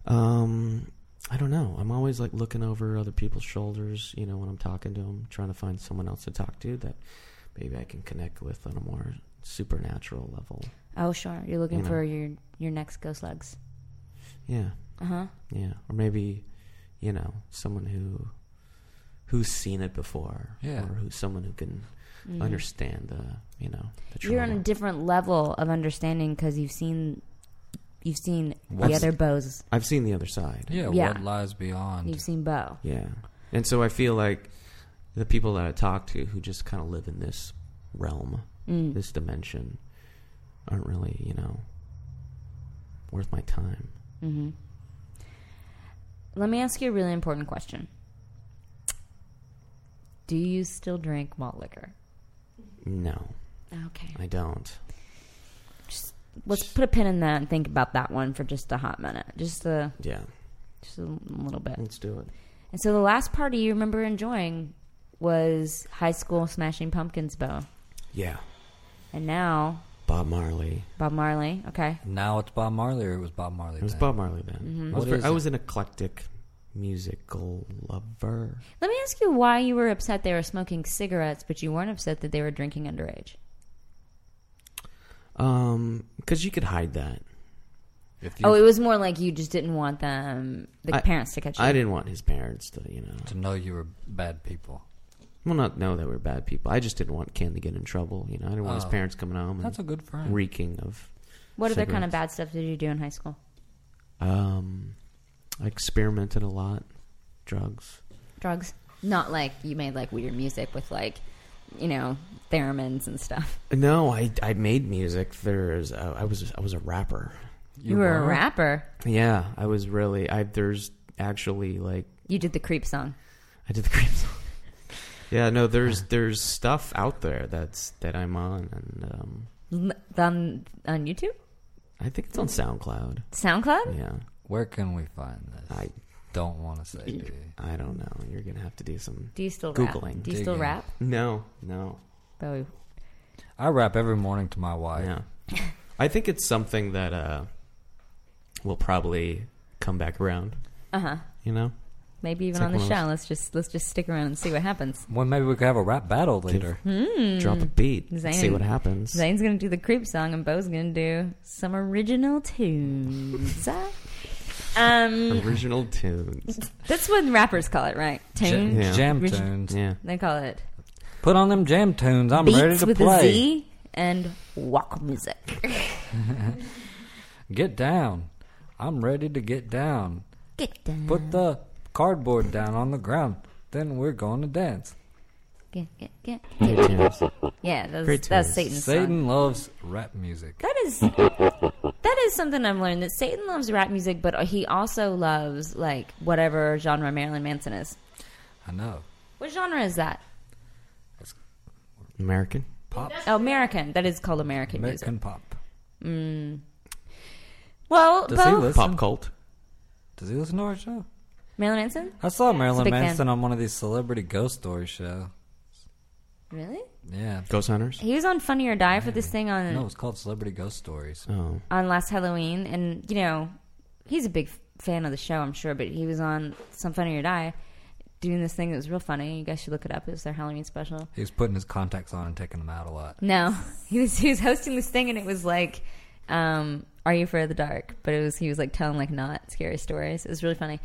[SPEAKER 3] Um I don't know. I'm always like looking over other people's shoulders, you know, when I'm talking to them, trying to find someone else to talk to that maybe I can connect with on a more supernatural level.
[SPEAKER 7] Oh, sure. You're looking
[SPEAKER 3] You know.
[SPEAKER 7] for your your next ghost legs.
[SPEAKER 3] Yeah.
[SPEAKER 7] Uh huh.
[SPEAKER 3] Yeah. Or maybe, you know, someone who who's seen it before
[SPEAKER 2] Yeah.
[SPEAKER 3] or who's someone who can understand the, you know, the trauma.
[SPEAKER 7] Mm-hmm. You're on a different level of understanding because you've seen you've seen the
[SPEAKER 3] What's-
[SPEAKER 7] other bows.
[SPEAKER 3] I've seen the other side.
[SPEAKER 2] Yeah,
[SPEAKER 7] Yeah.
[SPEAKER 2] what lies
[SPEAKER 3] Mm.
[SPEAKER 2] beyond?
[SPEAKER 7] You've seen bow.
[SPEAKER 3] Yeah. And so I feel like the people that I talk to who just kind of live in this realm,
[SPEAKER 7] Mm.
[SPEAKER 3] this dimension, aren't really, you know, worth my time.
[SPEAKER 7] Let me ask you a really important question. Do you still drink malt liquor?
[SPEAKER 3] No,
[SPEAKER 7] Okay.
[SPEAKER 3] I don't.
[SPEAKER 7] Let's put a pin in that and think about that one for just a hot minute. Just a
[SPEAKER 3] Yeah.
[SPEAKER 7] just a little bit.
[SPEAKER 3] Let's do it.
[SPEAKER 7] And so the last party you remember enjoying was high school smashing pumpkins bow.
[SPEAKER 3] Yeah.
[SPEAKER 7] And now
[SPEAKER 3] Bob Marley.
[SPEAKER 7] Bob Marley. Okay.
[SPEAKER 2] Now it's Bob Marley, or it was Bob Marley.
[SPEAKER 3] It was
[SPEAKER 2] then?
[SPEAKER 3] Bob Marley then.
[SPEAKER 7] Mm-hmm.
[SPEAKER 3] I, was
[SPEAKER 2] What
[SPEAKER 3] ver-
[SPEAKER 2] is
[SPEAKER 3] I
[SPEAKER 2] it?
[SPEAKER 3] was an eclectic musical lover.
[SPEAKER 7] Let me ask you why you were upset they were smoking cigarettes, but you weren't upset that they were drinking underage.
[SPEAKER 3] Um, because you could hide that.
[SPEAKER 2] If you
[SPEAKER 7] Oh, it was more like you just didn't want them, the
[SPEAKER 3] I-
[SPEAKER 7] parents, to catch you.
[SPEAKER 3] I didn't want his parents to, you know,
[SPEAKER 2] to know you were bad people.
[SPEAKER 3] well, not know that we're bad people. I just didn't want Ken to get in trouble. You know, I didn't want his
[SPEAKER 2] Oh.
[SPEAKER 3] parents coming home and
[SPEAKER 2] That's a good friend.
[SPEAKER 3] reeking of.
[SPEAKER 7] What other kind of
[SPEAKER 3] cigarettes.
[SPEAKER 7] bad stuff did you do in high school?
[SPEAKER 3] Um, I experimented a lot, drugs.
[SPEAKER 7] Drugs? Not like you made like weird music with like, you know, theremins and stuff.
[SPEAKER 3] No, I I made music. There's uh, I was I was a rapper.
[SPEAKER 7] You, were, a rapper.
[SPEAKER 3] Yeah, I was really I there's actually like
[SPEAKER 7] You did the creep song.
[SPEAKER 3] I did the cream song. yeah, no, there's there's stuff out there that's that I'm on, and um,
[SPEAKER 7] L- On, on YouTube?
[SPEAKER 3] I think it's on SoundCloud.
[SPEAKER 7] SoundCloud?
[SPEAKER 3] Yeah,
[SPEAKER 2] Where can we find this?
[SPEAKER 3] I
[SPEAKER 2] don't want to say. Do you?
[SPEAKER 3] I don't know. You're gonna have to do some.
[SPEAKER 7] Do you still rap?
[SPEAKER 3] Googling.
[SPEAKER 7] Do you still
[SPEAKER 2] Digging.
[SPEAKER 7] rap?
[SPEAKER 3] No, no,
[SPEAKER 7] Bowie.
[SPEAKER 2] I rap every morning to my wife.
[SPEAKER 3] no. I think it's something that uh, will probably come back around.
[SPEAKER 7] Uh huh.
[SPEAKER 3] You know,
[SPEAKER 7] Maybe even
[SPEAKER 3] like
[SPEAKER 7] on the
[SPEAKER 3] one of
[SPEAKER 7] show. Let's just let's just stick around and see what happens.
[SPEAKER 2] Well, maybe we could have a rap battle later.
[SPEAKER 7] Mm.
[SPEAKER 3] drop a beat, and
[SPEAKER 7] Zayn.
[SPEAKER 3] see what happens.
[SPEAKER 7] Zane's gonna do the creep song and Bo's gonna do some original tunes. um
[SPEAKER 3] Original tunes.
[SPEAKER 7] That's what rappers call it, right? Tune.
[SPEAKER 2] Jam,
[SPEAKER 3] Yeah.
[SPEAKER 2] jam
[SPEAKER 7] Rich-
[SPEAKER 2] tunes.
[SPEAKER 3] Yeah.
[SPEAKER 7] They call it
[SPEAKER 2] Put on them jam tunes. I'm ready
[SPEAKER 7] beats
[SPEAKER 2] to
[SPEAKER 7] with
[SPEAKER 2] play.
[SPEAKER 7] a Z and walk music.
[SPEAKER 2] Get down. I'm ready to get down.
[SPEAKER 7] Get down.
[SPEAKER 2] Put the cardboard down on the ground. Then we're going to dance.
[SPEAKER 7] Get, get, get.
[SPEAKER 3] Great tunes.
[SPEAKER 7] Yeah,
[SPEAKER 3] Great
[SPEAKER 7] that's, that's
[SPEAKER 3] tunes.
[SPEAKER 7] Satan's song.
[SPEAKER 2] Satan loves rap music.
[SPEAKER 7] That is that is something I've learned that Satan loves rap music, but he also loves like whatever genre Marilyn Manson is.
[SPEAKER 2] I know.
[SPEAKER 7] What genre is that?
[SPEAKER 3] American.
[SPEAKER 7] Oh, American. That is called American, music.
[SPEAKER 2] American pop.
[SPEAKER 7] Well,
[SPEAKER 2] Does he
[SPEAKER 7] Bo,
[SPEAKER 2] listen?
[SPEAKER 3] Pop cult.
[SPEAKER 2] Does he listen to our show?
[SPEAKER 7] Marilyn Manson.
[SPEAKER 2] I saw Marilyn
[SPEAKER 7] big fan.
[SPEAKER 2] Manson on one of these celebrity ghost story show.
[SPEAKER 7] Really?
[SPEAKER 2] Yeah.
[SPEAKER 3] Ghost hunters.
[SPEAKER 7] He was on Funny or Die for this thing on
[SPEAKER 2] No, it's called Celebrity Ghost Stories.
[SPEAKER 3] Oh,
[SPEAKER 7] on last Halloween, and you know, he's a big f- fan of the show, I'm sure. But he was on Some Funny or Die, doing this thing that was real funny. You guys should look it up. It was their Halloween special.
[SPEAKER 2] He was putting his contacts on and taking them out a lot.
[SPEAKER 7] No, he was he was hosting this thing, and it was like, um, "Are you afraid of the dark?" But it was he was like telling like not scary stories. It was really funny.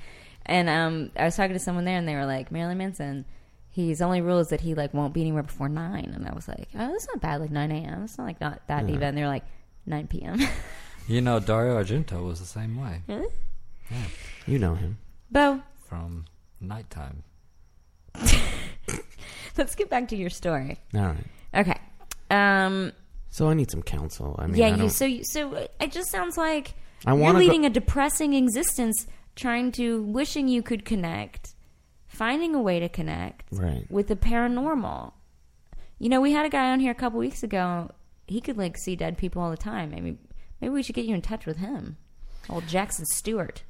[SPEAKER 7] And um, I was talking to someone there, and they were like, "Marilyn Manson." His only rule is that he like won't be anywhere before nine, and I was like, "Oh, that's not bad. Like nine a.m. It's not like not that even." And they were like, 9 p.m.
[SPEAKER 2] You know, Dario Argento was the same way
[SPEAKER 3] you know him.
[SPEAKER 7] Bo,
[SPEAKER 2] from Nighttime.
[SPEAKER 7] let's get back to your story.
[SPEAKER 3] All right.
[SPEAKER 7] Okay. Um.
[SPEAKER 3] So I need some counsel. I mean, I
[SPEAKER 7] yeah. You.
[SPEAKER 3] don't-
[SPEAKER 7] So. You, so uh, it just sounds like
[SPEAKER 3] I
[SPEAKER 7] you're
[SPEAKER 3] wanna go-
[SPEAKER 7] leading a depressing existence, trying to wishing you could connect, finding a way to connect
[SPEAKER 3] Right.
[SPEAKER 7] with the paranormal. You know, we had a guy on here a couple weeks ago. He could like see dead people all the time. Maybe, maybe we should get you in touch with him, old Jackson Stewart.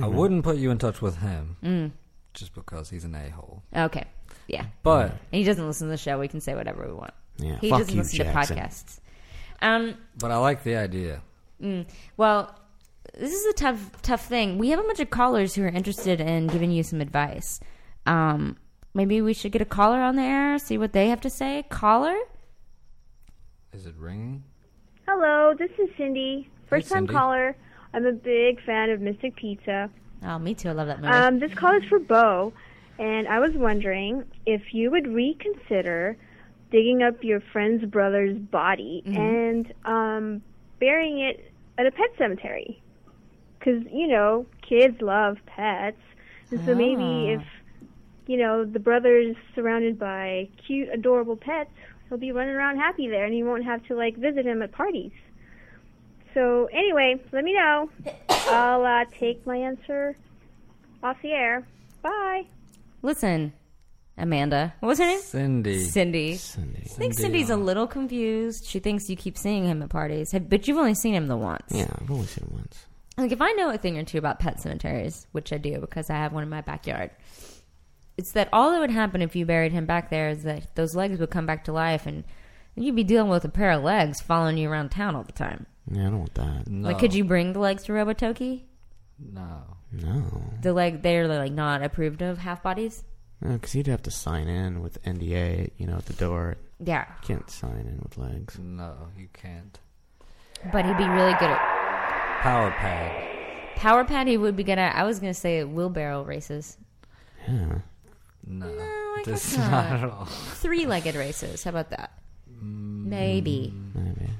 [SPEAKER 2] I wouldn't put you in touch with him
[SPEAKER 7] Mm.
[SPEAKER 2] just because he's an a hole.
[SPEAKER 7] Okay. Yeah.
[SPEAKER 2] But
[SPEAKER 7] And he doesn't listen to the show. We can say whatever we want.
[SPEAKER 3] Yeah,
[SPEAKER 7] He
[SPEAKER 3] fuck
[SPEAKER 7] doesn't
[SPEAKER 3] you,
[SPEAKER 7] listen
[SPEAKER 3] Jackson.
[SPEAKER 7] to podcasts. Um.
[SPEAKER 2] but I like the idea.
[SPEAKER 7] Well, this is a tough, tough thing. We have a bunch of callers who are interested in giving you some advice. Um, maybe we should get a caller on the air, see what they have to say. Caller,
[SPEAKER 2] Is it ringing?
[SPEAKER 10] Hello, this is Cindy. First time
[SPEAKER 2] Cindy.
[SPEAKER 10] caller. I'm a big fan of Mystic Pizza.
[SPEAKER 7] oh, me too. I love that movie.
[SPEAKER 10] Um, this call is for Bo, and I was wondering if you would reconsider digging up your friend's brother's body and um, burying it at a pet cemetery. Because, you know, kids love pets. And so maybe if, you know, the brother's surrounded by cute, adorable pets, he'll be running around happy there and you won't have to, like, visit him at parties. So, anyway, let me know. I'll uh, take my answer off the air. Bye.
[SPEAKER 7] Listen, Amanda, what was her name?
[SPEAKER 2] Cindy.
[SPEAKER 7] Cindy.
[SPEAKER 3] Sunday.
[SPEAKER 7] I think Cindy's a little confused. She thinks you keep seeing him at parties, Have- but you've only seen him the once.
[SPEAKER 3] Yeah, I've only seen it once.
[SPEAKER 7] Like, if I know a thing or two about pet cemeteries, which I do because I have one in my backyard, it's that all that would happen if you buried him back there is that those legs would come back to life and You'd be dealing with a pair of legs following you around town all the time.
[SPEAKER 3] Yeah, I don't want that.
[SPEAKER 7] Like, could you bring the legs to Robotoki?
[SPEAKER 2] No.
[SPEAKER 3] No.
[SPEAKER 7] The leg they're like not approved of half bodies.
[SPEAKER 3] Because you'd have to sign in with NDA, you know, at the door.
[SPEAKER 7] Yeah,
[SPEAKER 3] You can't sign in with legs.
[SPEAKER 2] No, you can't.
[SPEAKER 7] but he'd be really good at
[SPEAKER 2] Power pad.
[SPEAKER 7] power pad. He would be good at. I was gonna say wheelbarrow races,
[SPEAKER 3] Yeah.
[SPEAKER 2] No.
[SPEAKER 7] I
[SPEAKER 2] this
[SPEAKER 7] guess not.
[SPEAKER 2] at all.
[SPEAKER 7] three-legged races. How about that? Maybe.
[SPEAKER 3] Maybe.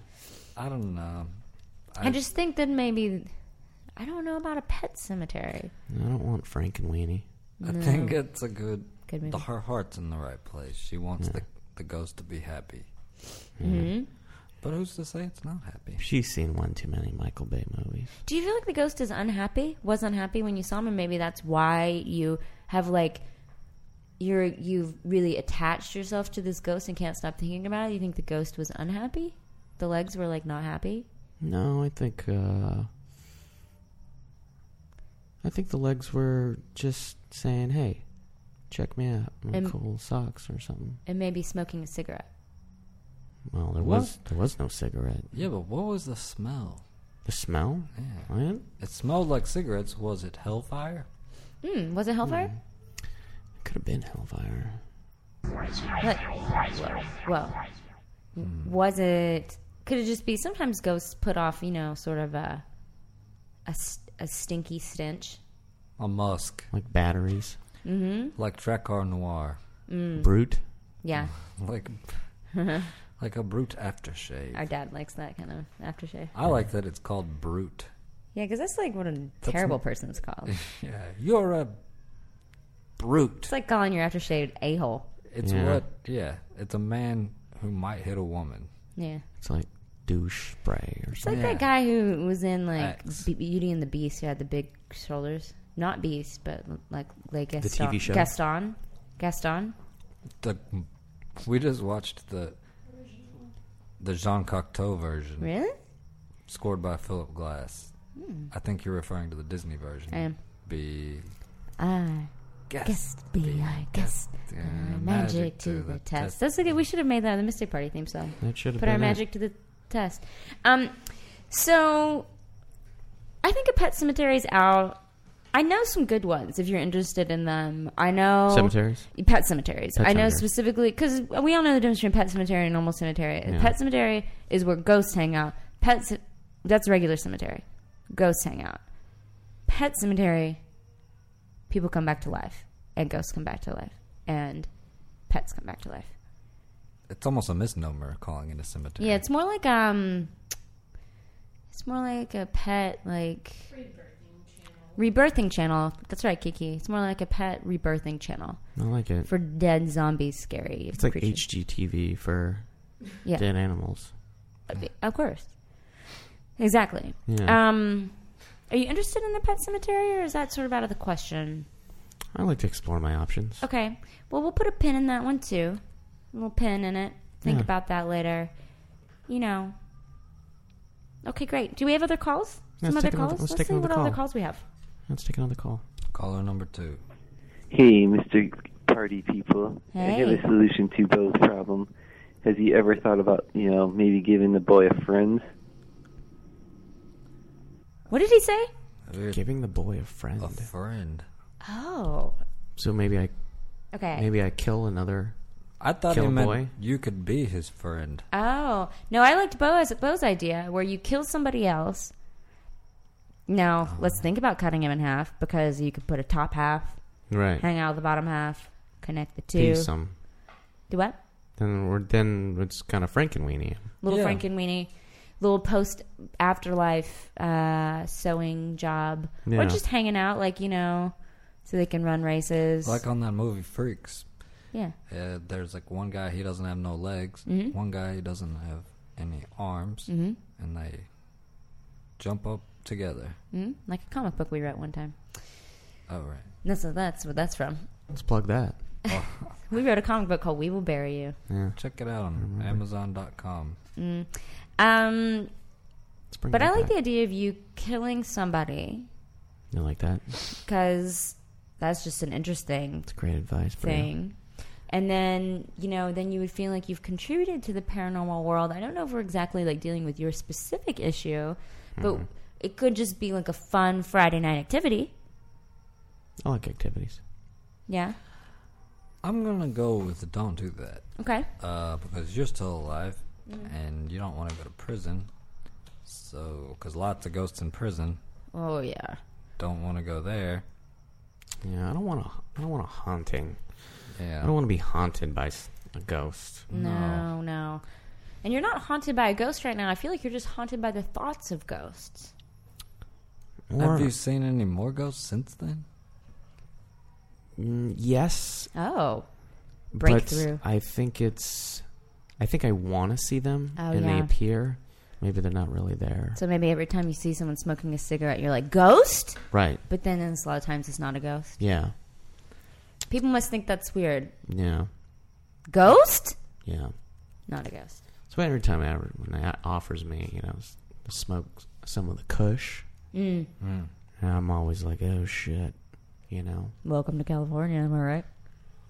[SPEAKER 2] I don't know.
[SPEAKER 7] I just think that maybe I don't know about a pet cemetery.
[SPEAKER 3] I don't want Frank and Weenie.
[SPEAKER 2] I think it's a good.
[SPEAKER 7] Good
[SPEAKER 2] the,
[SPEAKER 7] movie.
[SPEAKER 2] her heart's in the right place. She wants the the ghost to be happy.
[SPEAKER 7] Mm-hmm.
[SPEAKER 2] But who's to say it's not happy?
[SPEAKER 3] She's seen one too many Michael Bay movies.
[SPEAKER 7] Do you feel like the ghost is unhappy? Was unhappy when you saw him, and maybe that's why you have like you're you've really attached yourself to this ghost and can't stop thinking about it. You think the ghost was unhappy? The legs were like not happy.
[SPEAKER 3] No, I think. uh I think the legs were just saying, "Hey, check me out, my
[SPEAKER 7] And-
[SPEAKER 3] cool socks or something."
[SPEAKER 7] and maybe smoking a cigarette.
[SPEAKER 3] Well, there
[SPEAKER 2] What?
[SPEAKER 3] was there was no cigarette.
[SPEAKER 2] Yeah, but what was the smell?
[SPEAKER 3] The smell.
[SPEAKER 2] Yeah.
[SPEAKER 3] What?
[SPEAKER 2] It smelled like cigarettes. Was it hellfire?
[SPEAKER 7] Mm, was it hellfire?
[SPEAKER 3] Could have been Hellfire.
[SPEAKER 7] Like, whoa, whoa. Was it? Could it just be? Sometimes ghosts put off, you know, sort of a a, s- a stinky stench.
[SPEAKER 2] A musk.
[SPEAKER 3] Like batteries.
[SPEAKER 7] Hmm?
[SPEAKER 2] Like Dracar Noir.
[SPEAKER 3] Brute.
[SPEAKER 7] Yeah,
[SPEAKER 2] Like like a brute aftershave.
[SPEAKER 7] our dad likes that kind of aftershave.
[SPEAKER 2] I like that it's called brute.
[SPEAKER 7] Yeah, because that's like what a terrible person's called.
[SPEAKER 2] Yeah, you're a brute.
[SPEAKER 7] It's like calling your aftershave a hole.
[SPEAKER 2] It's
[SPEAKER 3] Yeah.
[SPEAKER 2] what? Yeah, it's a man who might hit a woman.
[SPEAKER 7] Yeah,
[SPEAKER 3] It's like douche spray or
[SPEAKER 7] it's
[SPEAKER 3] something.
[SPEAKER 7] like
[SPEAKER 2] Yeah.
[SPEAKER 7] that guy who was in like
[SPEAKER 2] Axe.
[SPEAKER 7] Be- Beauty and the Beast who had the big shoulders. Not Beast, but like like Gaston.
[SPEAKER 3] TV show?
[SPEAKER 7] Gaston. Gaston.
[SPEAKER 2] The we just watched the the Jean Cocteau version,
[SPEAKER 7] Really? Hmm.
[SPEAKER 2] scored by Philip Glass. I think you're referring to the Disney version.
[SPEAKER 7] I am.
[SPEAKER 2] Be
[SPEAKER 7] I
[SPEAKER 2] guest,
[SPEAKER 7] guessed, be I guessed.
[SPEAKER 2] uh,
[SPEAKER 7] Our magic to the test. That's a good. We should have made that the Mystic Party theme song.
[SPEAKER 3] That should have
[SPEAKER 7] Put
[SPEAKER 3] been
[SPEAKER 7] our
[SPEAKER 3] it.
[SPEAKER 7] magic to the test. Um, so I think a pet cemetery is out. I know some good ones if you're interested in them. I know
[SPEAKER 3] Cemeteries?
[SPEAKER 7] pet cemeteries.
[SPEAKER 3] Pet
[SPEAKER 7] I know
[SPEAKER 3] cemetery.
[SPEAKER 7] specifically because we all know the difference between pet cemetery and normal cemetery.
[SPEAKER 3] Yeah.
[SPEAKER 7] Pet cemetery is where ghosts hang out. Pet ce- that's regular cemetery. Ghosts hang out. Pet cemetery, people come back to life, and ghosts come back to life, and pets come back to life.
[SPEAKER 2] It's almost a misnomer calling it a cemetery.
[SPEAKER 7] Yeah, it's more like um, it's more like a pet like rebirthing channel. That's right, Kiki. It's more like a pet rebirthing channel
[SPEAKER 3] I like it.
[SPEAKER 7] for dead zombies, scary.
[SPEAKER 3] It's like
[SPEAKER 7] creatures.
[SPEAKER 3] HGTV for
[SPEAKER 7] Yeah.
[SPEAKER 3] dead animals.
[SPEAKER 7] of course, exactly.
[SPEAKER 3] Yeah.
[SPEAKER 7] Um, are you interested in the pet cemetery, or is that sort of out of the question?
[SPEAKER 3] I like to explore my options.
[SPEAKER 7] Okay. Well, we'll put a pin in that one too. A little pin in it. Think
[SPEAKER 3] Yeah.
[SPEAKER 7] about that later. You know. Okay, great. Do we have other calls?
[SPEAKER 3] Yeah,
[SPEAKER 7] Some
[SPEAKER 3] let's
[SPEAKER 7] other
[SPEAKER 3] take another-
[SPEAKER 7] calls?
[SPEAKER 3] let's
[SPEAKER 7] Let's
[SPEAKER 3] take
[SPEAKER 7] see what
[SPEAKER 3] another
[SPEAKER 7] other
[SPEAKER 3] call.
[SPEAKER 7] calls we have.
[SPEAKER 3] Let's take another call.
[SPEAKER 2] caller number two.
[SPEAKER 11] Hey, Mr. Party People. I have
[SPEAKER 7] Hey.
[SPEAKER 11] a solution to Bo's problem. Has he ever thought about, you know, maybe giving the boy a friend?
[SPEAKER 7] What did he say?
[SPEAKER 3] Giving the boy a friend.
[SPEAKER 2] A friend.
[SPEAKER 7] Oh.
[SPEAKER 3] so maybe I
[SPEAKER 7] Okay.
[SPEAKER 3] maybe I kill another.
[SPEAKER 2] I thought
[SPEAKER 3] Kill
[SPEAKER 2] he
[SPEAKER 3] a
[SPEAKER 2] meant
[SPEAKER 3] boy?
[SPEAKER 2] you could be his friend.
[SPEAKER 7] Oh. No, I liked Bo's Bo's idea where you kill somebody else. Now,
[SPEAKER 3] Oh,
[SPEAKER 7] let's think about cutting him in half because you could put a top half,
[SPEAKER 3] Right.
[SPEAKER 7] hang out the bottom half, connect the two.
[SPEAKER 3] Piece some.
[SPEAKER 7] Do what?
[SPEAKER 3] Then we're then it's kind of Frankenweenie.
[SPEAKER 7] little
[SPEAKER 2] Yeah.
[SPEAKER 7] frankenweenie little post afterlife uh sewing job
[SPEAKER 3] Yeah.
[SPEAKER 7] or just hanging out like you know so they can run races
[SPEAKER 2] Like on that movie Freaks,
[SPEAKER 7] yeah
[SPEAKER 2] uh, there's like one guy he doesn't have no legs, one guy he doesn't have any arms, and they jump up together.
[SPEAKER 7] mm like a comic book we read one time
[SPEAKER 2] Oh right,
[SPEAKER 7] that's that's what that's from
[SPEAKER 3] Let's plug that.
[SPEAKER 7] we wrote a comic book called we will bury you
[SPEAKER 2] check it out
[SPEAKER 3] Mm-hmm.
[SPEAKER 2] on Amazon.com.
[SPEAKER 7] um
[SPEAKER 3] Let's bring.
[SPEAKER 7] but
[SPEAKER 3] that
[SPEAKER 7] i like the
[SPEAKER 3] back.
[SPEAKER 7] idea of you killing somebody
[SPEAKER 3] You like that?
[SPEAKER 7] because that's just an interesting
[SPEAKER 3] It's great advice. For you.
[SPEAKER 7] thing and then you know then you would feel like you've contributed to the paranormal world i don't know if we're exactly like dealing with your specific issue but
[SPEAKER 3] Mhm.
[SPEAKER 7] it could just be like a fun friday night activity
[SPEAKER 3] I like activities.
[SPEAKER 7] yeah
[SPEAKER 2] I'm gonna go with don't do that.
[SPEAKER 7] Okay.
[SPEAKER 2] Uh, because you're still alive,
[SPEAKER 7] Mm.
[SPEAKER 2] and you don't want to go to prison. So, because lots of ghosts in prison.
[SPEAKER 7] Oh yeah.
[SPEAKER 2] Don't want to go there.
[SPEAKER 3] Yeah, I don't want to. I don't want a haunting.
[SPEAKER 2] Yeah.
[SPEAKER 3] I don't want to be haunted by s- a ghost.
[SPEAKER 7] no no and you're not haunted by a ghost right now i feel like you're just haunted by the thoughts of ghosts
[SPEAKER 2] Have
[SPEAKER 3] Or-
[SPEAKER 2] you seen any more ghosts since then?
[SPEAKER 3] Mm, yes.
[SPEAKER 7] oh
[SPEAKER 3] But I think it's. I think I want to see them,
[SPEAKER 7] Oh,
[SPEAKER 3] and they
[SPEAKER 7] yeah.
[SPEAKER 3] appear. Maybe they're not really there.
[SPEAKER 7] so maybe every time you see someone smoking a cigarette you're like ghost
[SPEAKER 3] Right.
[SPEAKER 7] but then there's a lot of times it's not a ghost
[SPEAKER 3] Yeah.
[SPEAKER 7] people must think that's weird
[SPEAKER 3] Yeah.
[SPEAKER 7] ghost
[SPEAKER 3] Yeah.
[SPEAKER 7] not a ghost
[SPEAKER 3] So every time I, when they offers me, you know, s- to smoke some of the Kush,
[SPEAKER 7] Mm.
[SPEAKER 3] and I'm always like, oh shit, you know,
[SPEAKER 7] welcome to california am i right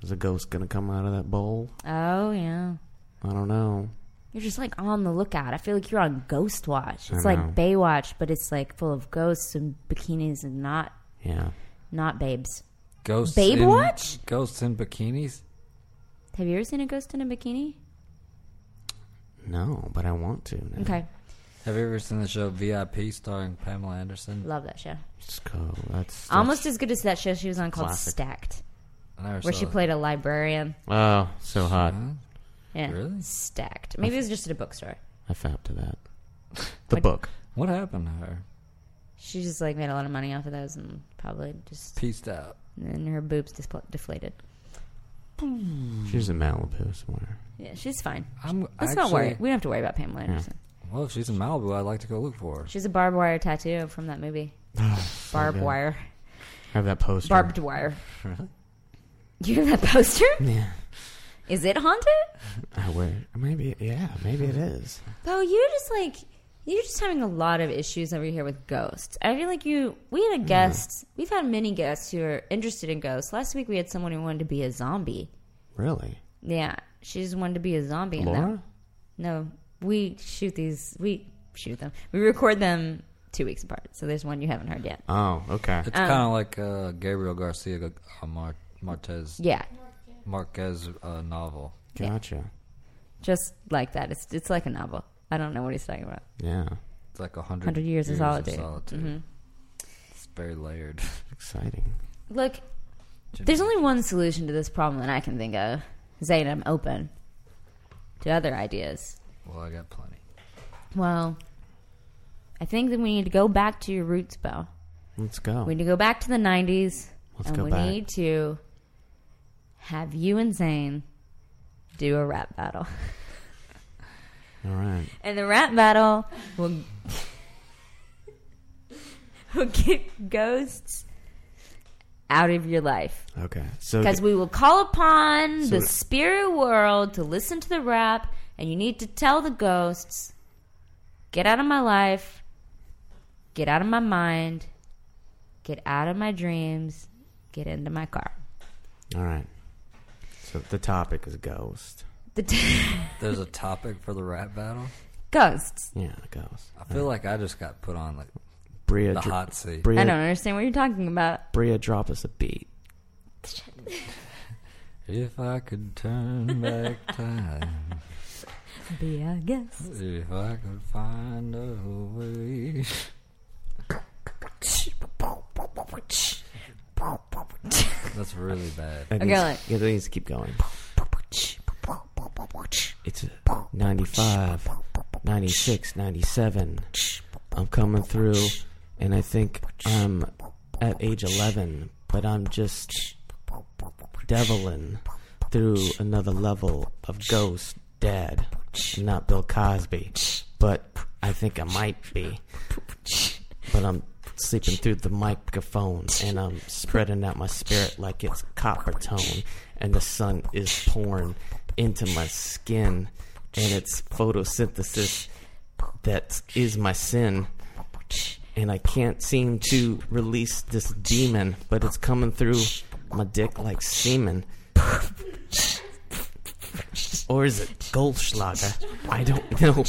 [SPEAKER 3] is a ghost gonna come out of that bowl?
[SPEAKER 7] oh yeah
[SPEAKER 3] I don't know.
[SPEAKER 7] You're just like on the lookout. I feel like you're on Ghost Watch.
[SPEAKER 3] I
[SPEAKER 7] It's like
[SPEAKER 3] know.
[SPEAKER 7] Baywatch, but it's like full of ghosts and bikinis and not
[SPEAKER 3] Yeah.
[SPEAKER 7] not babes.
[SPEAKER 2] Ghosts.
[SPEAKER 7] Babe
[SPEAKER 2] in,
[SPEAKER 7] Watch?
[SPEAKER 2] Ghosts in bikinis.
[SPEAKER 7] Have you ever seen a ghost in a bikini?
[SPEAKER 3] No, but I want to. Now.
[SPEAKER 7] Okay,
[SPEAKER 2] Have you ever seen the show VIP starring Pamela Anderson?
[SPEAKER 7] love that show.
[SPEAKER 3] Let's go. That's,
[SPEAKER 7] Almost as good as that show she was on called
[SPEAKER 3] Classic.
[SPEAKER 7] Stacked,
[SPEAKER 2] I never
[SPEAKER 7] where
[SPEAKER 2] saw
[SPEAKER 7] she
[SPEAKER 2] it.
[SPEAKER 7] played a librarian.
[SPEAKER 3] Oh, so hot.
[SPEAKER 7] Yeah,
[SPEAKER 2] Really?
[SPEAKER 7] Stacked. Maybe it was just at a bookstore.
[SPEAKER 3] I fapped to that. The book.
[SPEAKER 2] What happened to her?
[SPEAKER 7] She just like made a lot of money off of those and probably just
[SPEAKER 2] Peaced out.
[SPEAKER 7] and her boobs displ- deflated.
[SPEAKER 3] She's in Malibu somewhere.
[SPEAKER 7] Yeah, she's fine.
[SPEAKER 2] I'm
[SPEAKER 7] Let's not worry.
[SPEAKER 2] actually-
[SPEAKER 7] We don't have to worry about Pamela Anderson.
[SPEAKER 2] Well, if she's in Malibu, I'd like to go look for her.
[SPEAKER 7] She has a barbed wire tattoo from that movie. barbed
[SPEAKER 3] good.
[SPEAKER 7] wire.
[SPEAKER 3] I have that poster.
[SPEAKER 7] Barbed wire.
[SPEAKER 2] Really?
[SPEAKER 7] You have that poster?
[SPEAKER 3] Yeah.
[SPEAKER 7] Is it haunted?
[SPEAKER 3] I wear. Maybe. Yeah. Maybe it is.
[SPEAKER 7] Bo, you're just like you're just having a lot of issues over here with ghosts. I feel like you. We had a guest. We've had many guests who are interested in ghosts. Last week we had someone who wanted to be a zombie.
[SPEAKER 3] Really.
[SPEAKER 7] Yeah, she just wanted to be a zombie. and that-
[SPEAKER 3] Laura.
[SPEAKER 7] No, we shoot these. We shoot them. We record them two weeks apart. So there's one you haven't heard yet.
[SPEAKER 3] Oh. Okay.
[SPEAKER 7] Um.
[SPEAKER 2] It's kind of like uh, Gabriel Garcia uh, Mar- Martez
[SPEAKER 7] Yeah,
[SPEAKER 2] Marquez uh, novel.
[SPEAKER 3] Gotcha.
[SPEAKER 7] just like that. It's it's like a novel. I don't know what he's talking about.
[SPEAKER 3] Yeah.
[SPEAKER 2] It's like a hundred
[SPEAKER 7] 100 years, of solitude. Mhm.
[SPEAKER 2] It's very layered.
[SPEAKER 3] Exciting.
[SPEAKER 7] Look, there's only one solution to this problem that I can think of. Zayn, I'm open to other ideas.
[SPEAKER 2] Well, I got plenty.
[SPEAKER 7] Well, I think that we need to go back to your roots, Belle.
[SPEAKER 3] Let's go.
[SPEAKER 7] We need to go back to the 90s.
[SPEAKER 3] Let's
[SPEAKER 7] and
[SPEAKER 3] go
[SPEAKER 7] we
[SPEAKER 3] back.
[SPEAKER 7] need to have you and Zayn do a rap battle.
[SPEAKER 3] All right.
[SPEAKER 7] And the rap battle will, will get ghosts out of your life.
[SPEAKER 3] Okay. So
[SPEAKER 7] Because we will call upon
[SPEAKER 3] So-
[SPEAKER 7] the spirit world to listen to the rap, and you need to tell the ghosts, get out of my life, get out of my mind, get out of my dreams, get into my car.
[SPEAKER 3] All right. So the topic is ghost.
[SPEAKER 7] The t-
[SPEAKER 2] There's a topic for the rap battle.
[SPEAKER 7] ghosts.
[SPEAKER 3] Yeah, ghost.
[SPEAKER 2] I feel like I just got put on like
[SPEAKER 3] Bria,
[SPEAKER 2] the
[SPEAKER 3] dro-
[SPEAKER 2] hot seat.
[SPEAKER 7] I
[SPEAKER 3] Bria,
[SPEAKER 7] don't understand what you're talking about.
[SPEAKER 3] Bria, drop us a beat.
[SPEAKER 2] If I could turn back time,
[SPEAKER 7] Be a guest.
[SPEAKER 2] if I could find a way. That's really bad.
[SPEAKER 3] That
[SPEAKER 7] Okay,
[SPEAKER 3] needs,
[SPEAKER 7] like-
[SPEAKER 3] yeah, that needs to keep going. It's 95, 96, 97. I'm coming through, and I think I'm at age 11, but I'm just deviling through another level of ghost dad. I'm not Bill Cosby, but I think I might be. But I'm sleeping through the microphone and I'm spreading out my spirit like it's copper tone. And the sun is pouring into my skin. And it's photosynthesis that is my sin. And I can't seem to release this demon, but it's coming through my dick like semen. or is it Goldschlager? I don't know.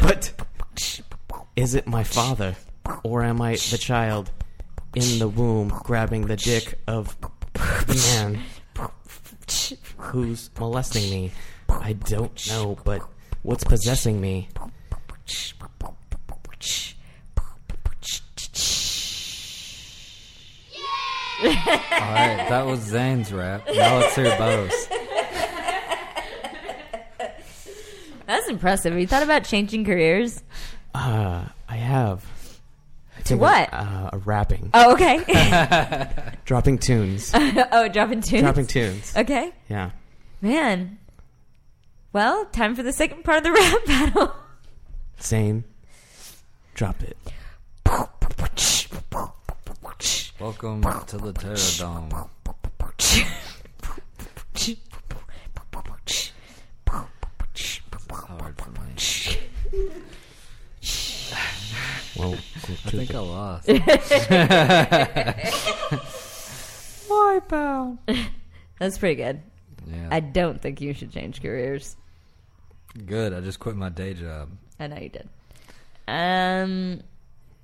[SPEAKER 3] But is it my father, or am I the child in the womb grabbing the dick of the man who's molesting me? I don't know, but what's possessing me?
[SPEAKER 2] All right, that was Zane's rap. Now let's hear Bo's.
[SPEAKER 7] That's impressive. Have you thought about changing careers?
[SPEAKER 3] Uh, I have. I
[SPEAKER 7] To
[SPEAKER 3] think
[SPEAKER 7] what?
[SPEAKER 3] I'm, Uh, rapping.
[SPEAKER 7] Oh, okay.
[SPEAKER 3] Dropping tunes.
[SPEAKER 7] oh, dropping tunes.
[SPEAKER 3] Dropping tunes.
[SPEAKER 7] Okay.
[SPEAKER 3] Yeah.
[SPEAKER 7] Man. Well, time for the second part of the rap battle.
[SPEAKER 3] Zane, drop it.
[SPEAKER 2] Welcome to the Terradome. Hard for me.
[SPEAKER 3] Well,
[SPEAKER 2] I think I lost.
[SPEAKER 7] Wipeout. That's pretty good.
[SPEAKER 2] Yeah.
[SPEAKER 7] I don't think you should change careers.
[SPEAKER 2] Good. I just quit my day job.
[SPEAKER 7] I know you did. Um,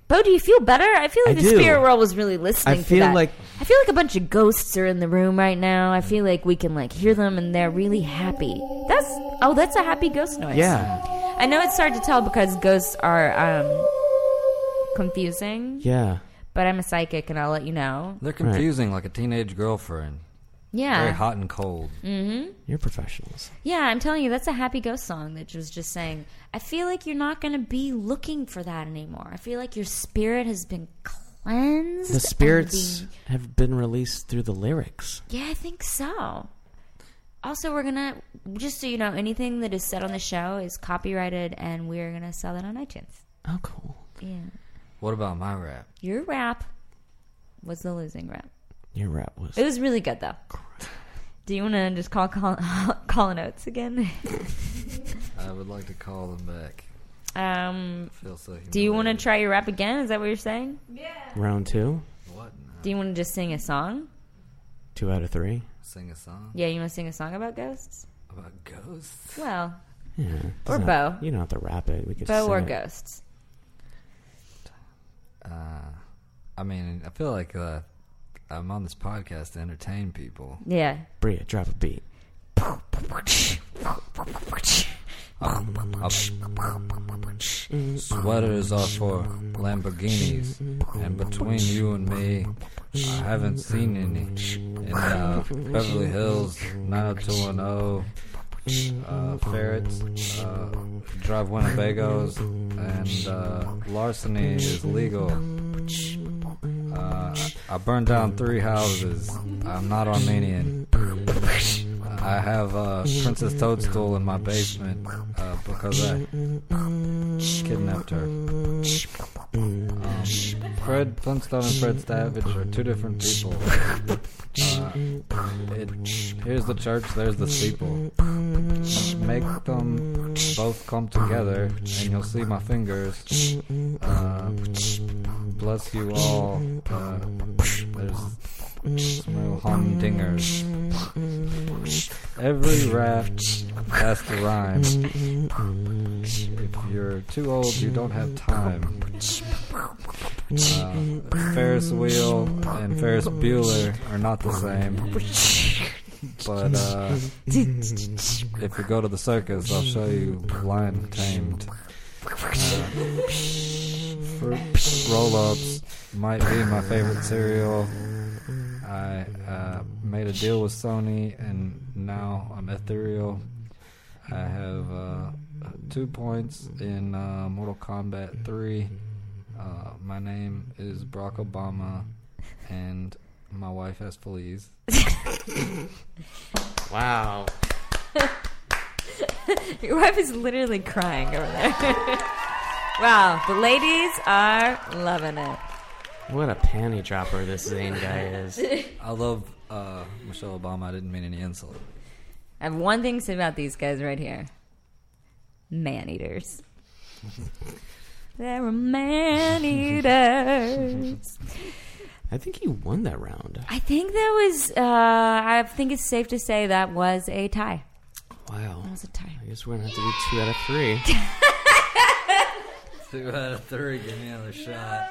[SPEAKER 7] Bo, do you feel better? I feel like
[SPEAKER 2] I
[SPEAKER 7] the
[SPEAKER 2] do.
[SPEAKER 7] spirit world was really listening.
[SPEAKER 3] I
[SPEAKER 7] to
[SPEAKER 3] feel
[SPEAKER 7] that.
[SPEAKER 3] like-
[SPEAKER 7] I feel like a bunch of ghosts are in the room right now. I feel like we can like hear them, and they're really happy. That's oh, that's a happy ghost noise.
[SPEAKER 3] Yeah.
[SPEAKER 7] I know it's hard to tell because ghosts are um confusing.
[SPEAKER 3] Yeah.
[SPEAKER 7] But I'm a psychic, and I'll let you know.
[SPEAKER 2] They're confusing like a teenage girlfriend.
[SPEAKER 7] Yeah.
[SPEAKER 2] Very hot and cold.
[SPEAKER 7] Mm-hmm.
[SPEAKER 3] You're professionals.
[SPEAKER 7] Yeah, I'm telling you, that's a happy ghost song that was just saying, I feel like you're not going to be looking for that anymore. I feel like your spirit has been cleansed.
[SPEAKER 3] The
[SPEAKER 7] and
[SPEAKER 3] spirits
[SPEAKER 7] being-
[SPEAKER 3] have been released through the lyrics.
[SPEAKER 7] yeah, I think so. Also, we're going to, just so you know, anything that is said on the show is copyrighted and we're going to sell it on iTunes.
[SPEAKER 3] Oh, cool.
[SPEAKER 7] Yeah.
[SPEAKER 2] What about my rap?
[SPEAKER 7] Your rap was the losing rap.
[SPEAKER 3] Your rap was.
[SPEAKER 7] It was really good, though. Do you want to just call Colin, Colin Oates again?
[SPEAKER 2] I would like to call them back.
[SPEAKER 7] um,
[SPEAKER 2] Feel so
[SPEAKER 7] do you want to try your rap again? Is that what you're saying?
[SPEAKER 3] Round two,
[SPEAKER 7] Do you want to just sing a song?
[SPEAKER 3] two out of three.
[SPEAKER 2] Sing a song
[SPEAKER 7] Yeah, you want to sing a song about ghosts?
[SPEAKER 2] about ghosts.
[SPEAKER 7] Well,
[SPEAKER 3] Yeah.
[SPEAKER 7] Or
[SPEAKER 3] Doesn't-
[SPEAKER 7] Bo.
[SPEAKER 3] You don't have to rap it. We could
[SPEAKER 7] bow
[SPEAKER 3] sing
[SPEAKER 7] or
[SPEAKER 3] it.
[SPEAKER 7] ghosts.
[SPEAKER 2] Uh, I mean, I feel like uh, I'm on this podcast to entertain people.
[SPEAKER 7] Yeah.
[SPEAKER 3] Bria, drop a beat.
[SPEAKER 2] Sweaters are for Lamborghinis, and between you and me, I haven't seen any. In uh, Beverly Hills, 90210, uh, Ferrets, uh, Drive Winnebagos, and uh, larceny is legal. Uh, I burned down three houses. I'm not Armenian. I have uh, Princess Toadstool in my basement uh, because I kidnapped her. Um, Fred Flintstone and Fred Savage are two different people. Uh, it, here's the church, there's the steeple. Make them both come together, and you'll see my fingers. Uh, bless you all. Uh, there's some real humdingers. Every rap has to rhyme. If you're too old, you don't have time. Uh, Ferris wheel and Ferris Bueller are not the same. But uh, if you go to the circus, I'll show you lion tamed. Uh, fruit roll-ups might be my favorite cereal. I uh, made a deal with Sony, and now I'm ethereal. I have uh, two points in uh, Mortal Kombat 3. Uh, my name is Barack Obama, and my wife has fleas.
[SPEAKER 3] wow.
[SPEAKER 7] Your wife is literally crying over there. wow, the ladies are loving it.
[SPEAKER 3] What a panty dropper this Zane guy is.
[SPEAKER 2] I love uh, Michelle Obama. I didn't mean any insult.
[SPEAKER 7] I have one thing to say about these guys right here man eaters. They're man eaters.
[SPEAKER 3] I think he won that round.
[SPEAKER 7] I think that was, uh, I think it's safe to say that was a tie.
[SPEAKER 3] Wow.
[SPEAKER 7] That was a tie.
[SPEAKER 3] I guess we're gonna have to do two out of three.
[SPEAKER 2] Two out of three. Give me another shot.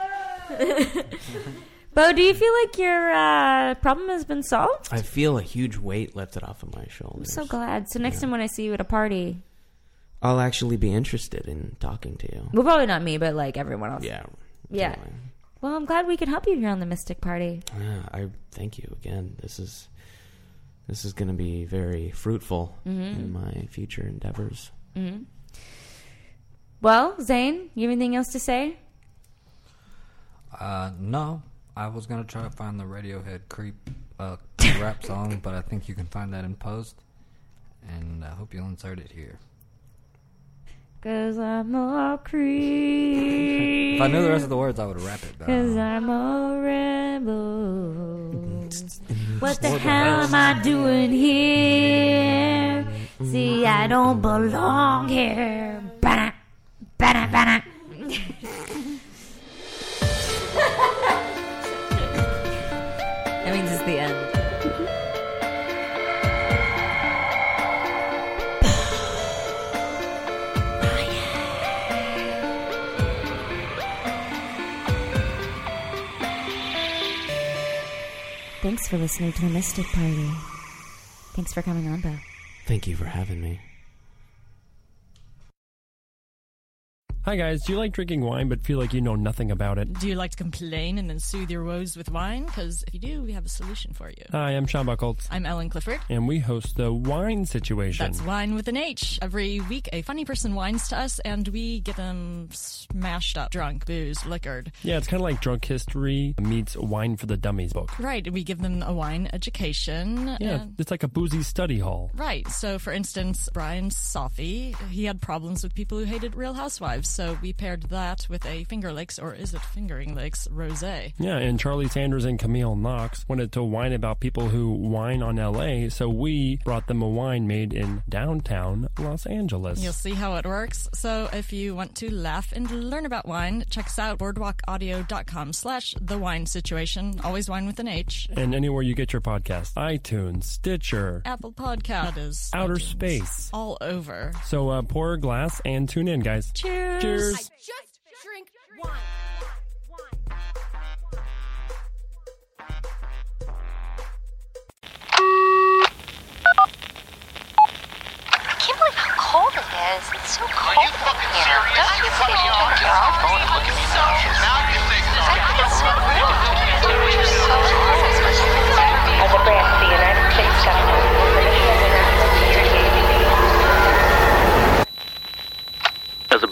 [SPEAKER 7] Bo, do you feel like your uh, problem has been solved?
[SPEAKER 3] I feel a huge weight lifted off of my shoulders.
[SPEAKER 7] I'm so glad. So next time when I see you at a party,
[SPEAKER 3] I'll actually be interested in talking to you.
[SPEAKER 7] well, probably not me, but like everyone else.
[SPEAKER 3] Yeah.
[SPEAKER 7] Yeah. Well, I'm glad we could help you here on the Mystic Party.
[SPEAKER 3] Yeah, I thank you again. This is this is going to be very fruitful
[SPEAKER 7] Mhm.
[SPEAKER 3] in my future endeavors.
[SPEAKER 7] hmm Well, Zane, you have anything else to say?
[SPEAKER 2] Uh, no, I was gonna try to find the Radiohead "Creep" uh, rap song, but I think you can find that in post, and I hope you'll insert it here.
[SPEAKER 7] Cause I'm a creep.
[SPEAKER 2] If I knew the rest of the words, I would rap it. But I don't
[SPEAKER 7] Cause
[SPEAKER 2] know.
[SPEAKER 7] I'm a rebel. what the hell am I doing here? See, I don't belong here. Ba-da, ba-da, ba-da.
[SPEAKER 12] That means it's the end.
[SPEAKER 7] Thanks for listening to the Mystic Party. Thanks for coming on, Bo.
[SPEAKER 3] Thank you for having me.
[SPEAKER 10] Hi guys, do you like drinking wine but feel like you know nothing about it?
[SPEAKER 13] Do you like to complain and then soothe your woes with wine? Because if you do, we have a solution for you.
[SPEAKER 10] Hi, I'm Sean Buckholtz,
[SPEAKER 13] I'm Ellen Clifford.
[SPEAKER 10] and we host the Wine Situation.
[SPEAKER 13] That's wine with an H. Every week, a funny person whines to us, and we get them smashed up, drunk, boozed, liquored.
[SPEAKER 10] yeah, it's kind of like Drunk History meets Wine for the Dummies book.
[SPEAKER 13] Right, we give them a wine education.
[SPEAKER 10] Yeah,
[SPEAKER 13] and-
[SPEAKER 10] it's like a boozy study hall.
[SPEAKER 13] Right. So, for instance, Brian Safi, he had problems with people who hated Real Housewives. So we paired that with a Finger Lakes, or is it Fingering Lakes, rosé.
[SPEAKER 10] Yeah, and Charlie Sanders and Camille Knox wanted to whine about people who whine on LA, so we brought them a wine made in downtown Los Angeles.
[SPEAKER 13] You'll see how it works. So if you want to laugh and learn about wine, check us out boardwalkaudio.com slash the wine situation. Always wine with an H.
[SPEAKER 10] And anywhere you get your podcast iTunes, Stitcher,
[SPEAKER 13] Apple Podcast is
[SPEAKER 10] Outer Space.
[SPEAKER 13] all over.
[SPEAKER 10] So uh, pour a glass and tune in, guys.
[SPEAKER 13] Cheers.
[SPEAKER 10] Cheers.
[SPEAKER 13] I
[SPEAKER 14] just drink wine.
[SPEAKER 4] I can't believe how cold it is. It's so cold Are you fucking here. serious? Don't you fucking know, girl? look at me now. Now you think so. I think it's so real. As a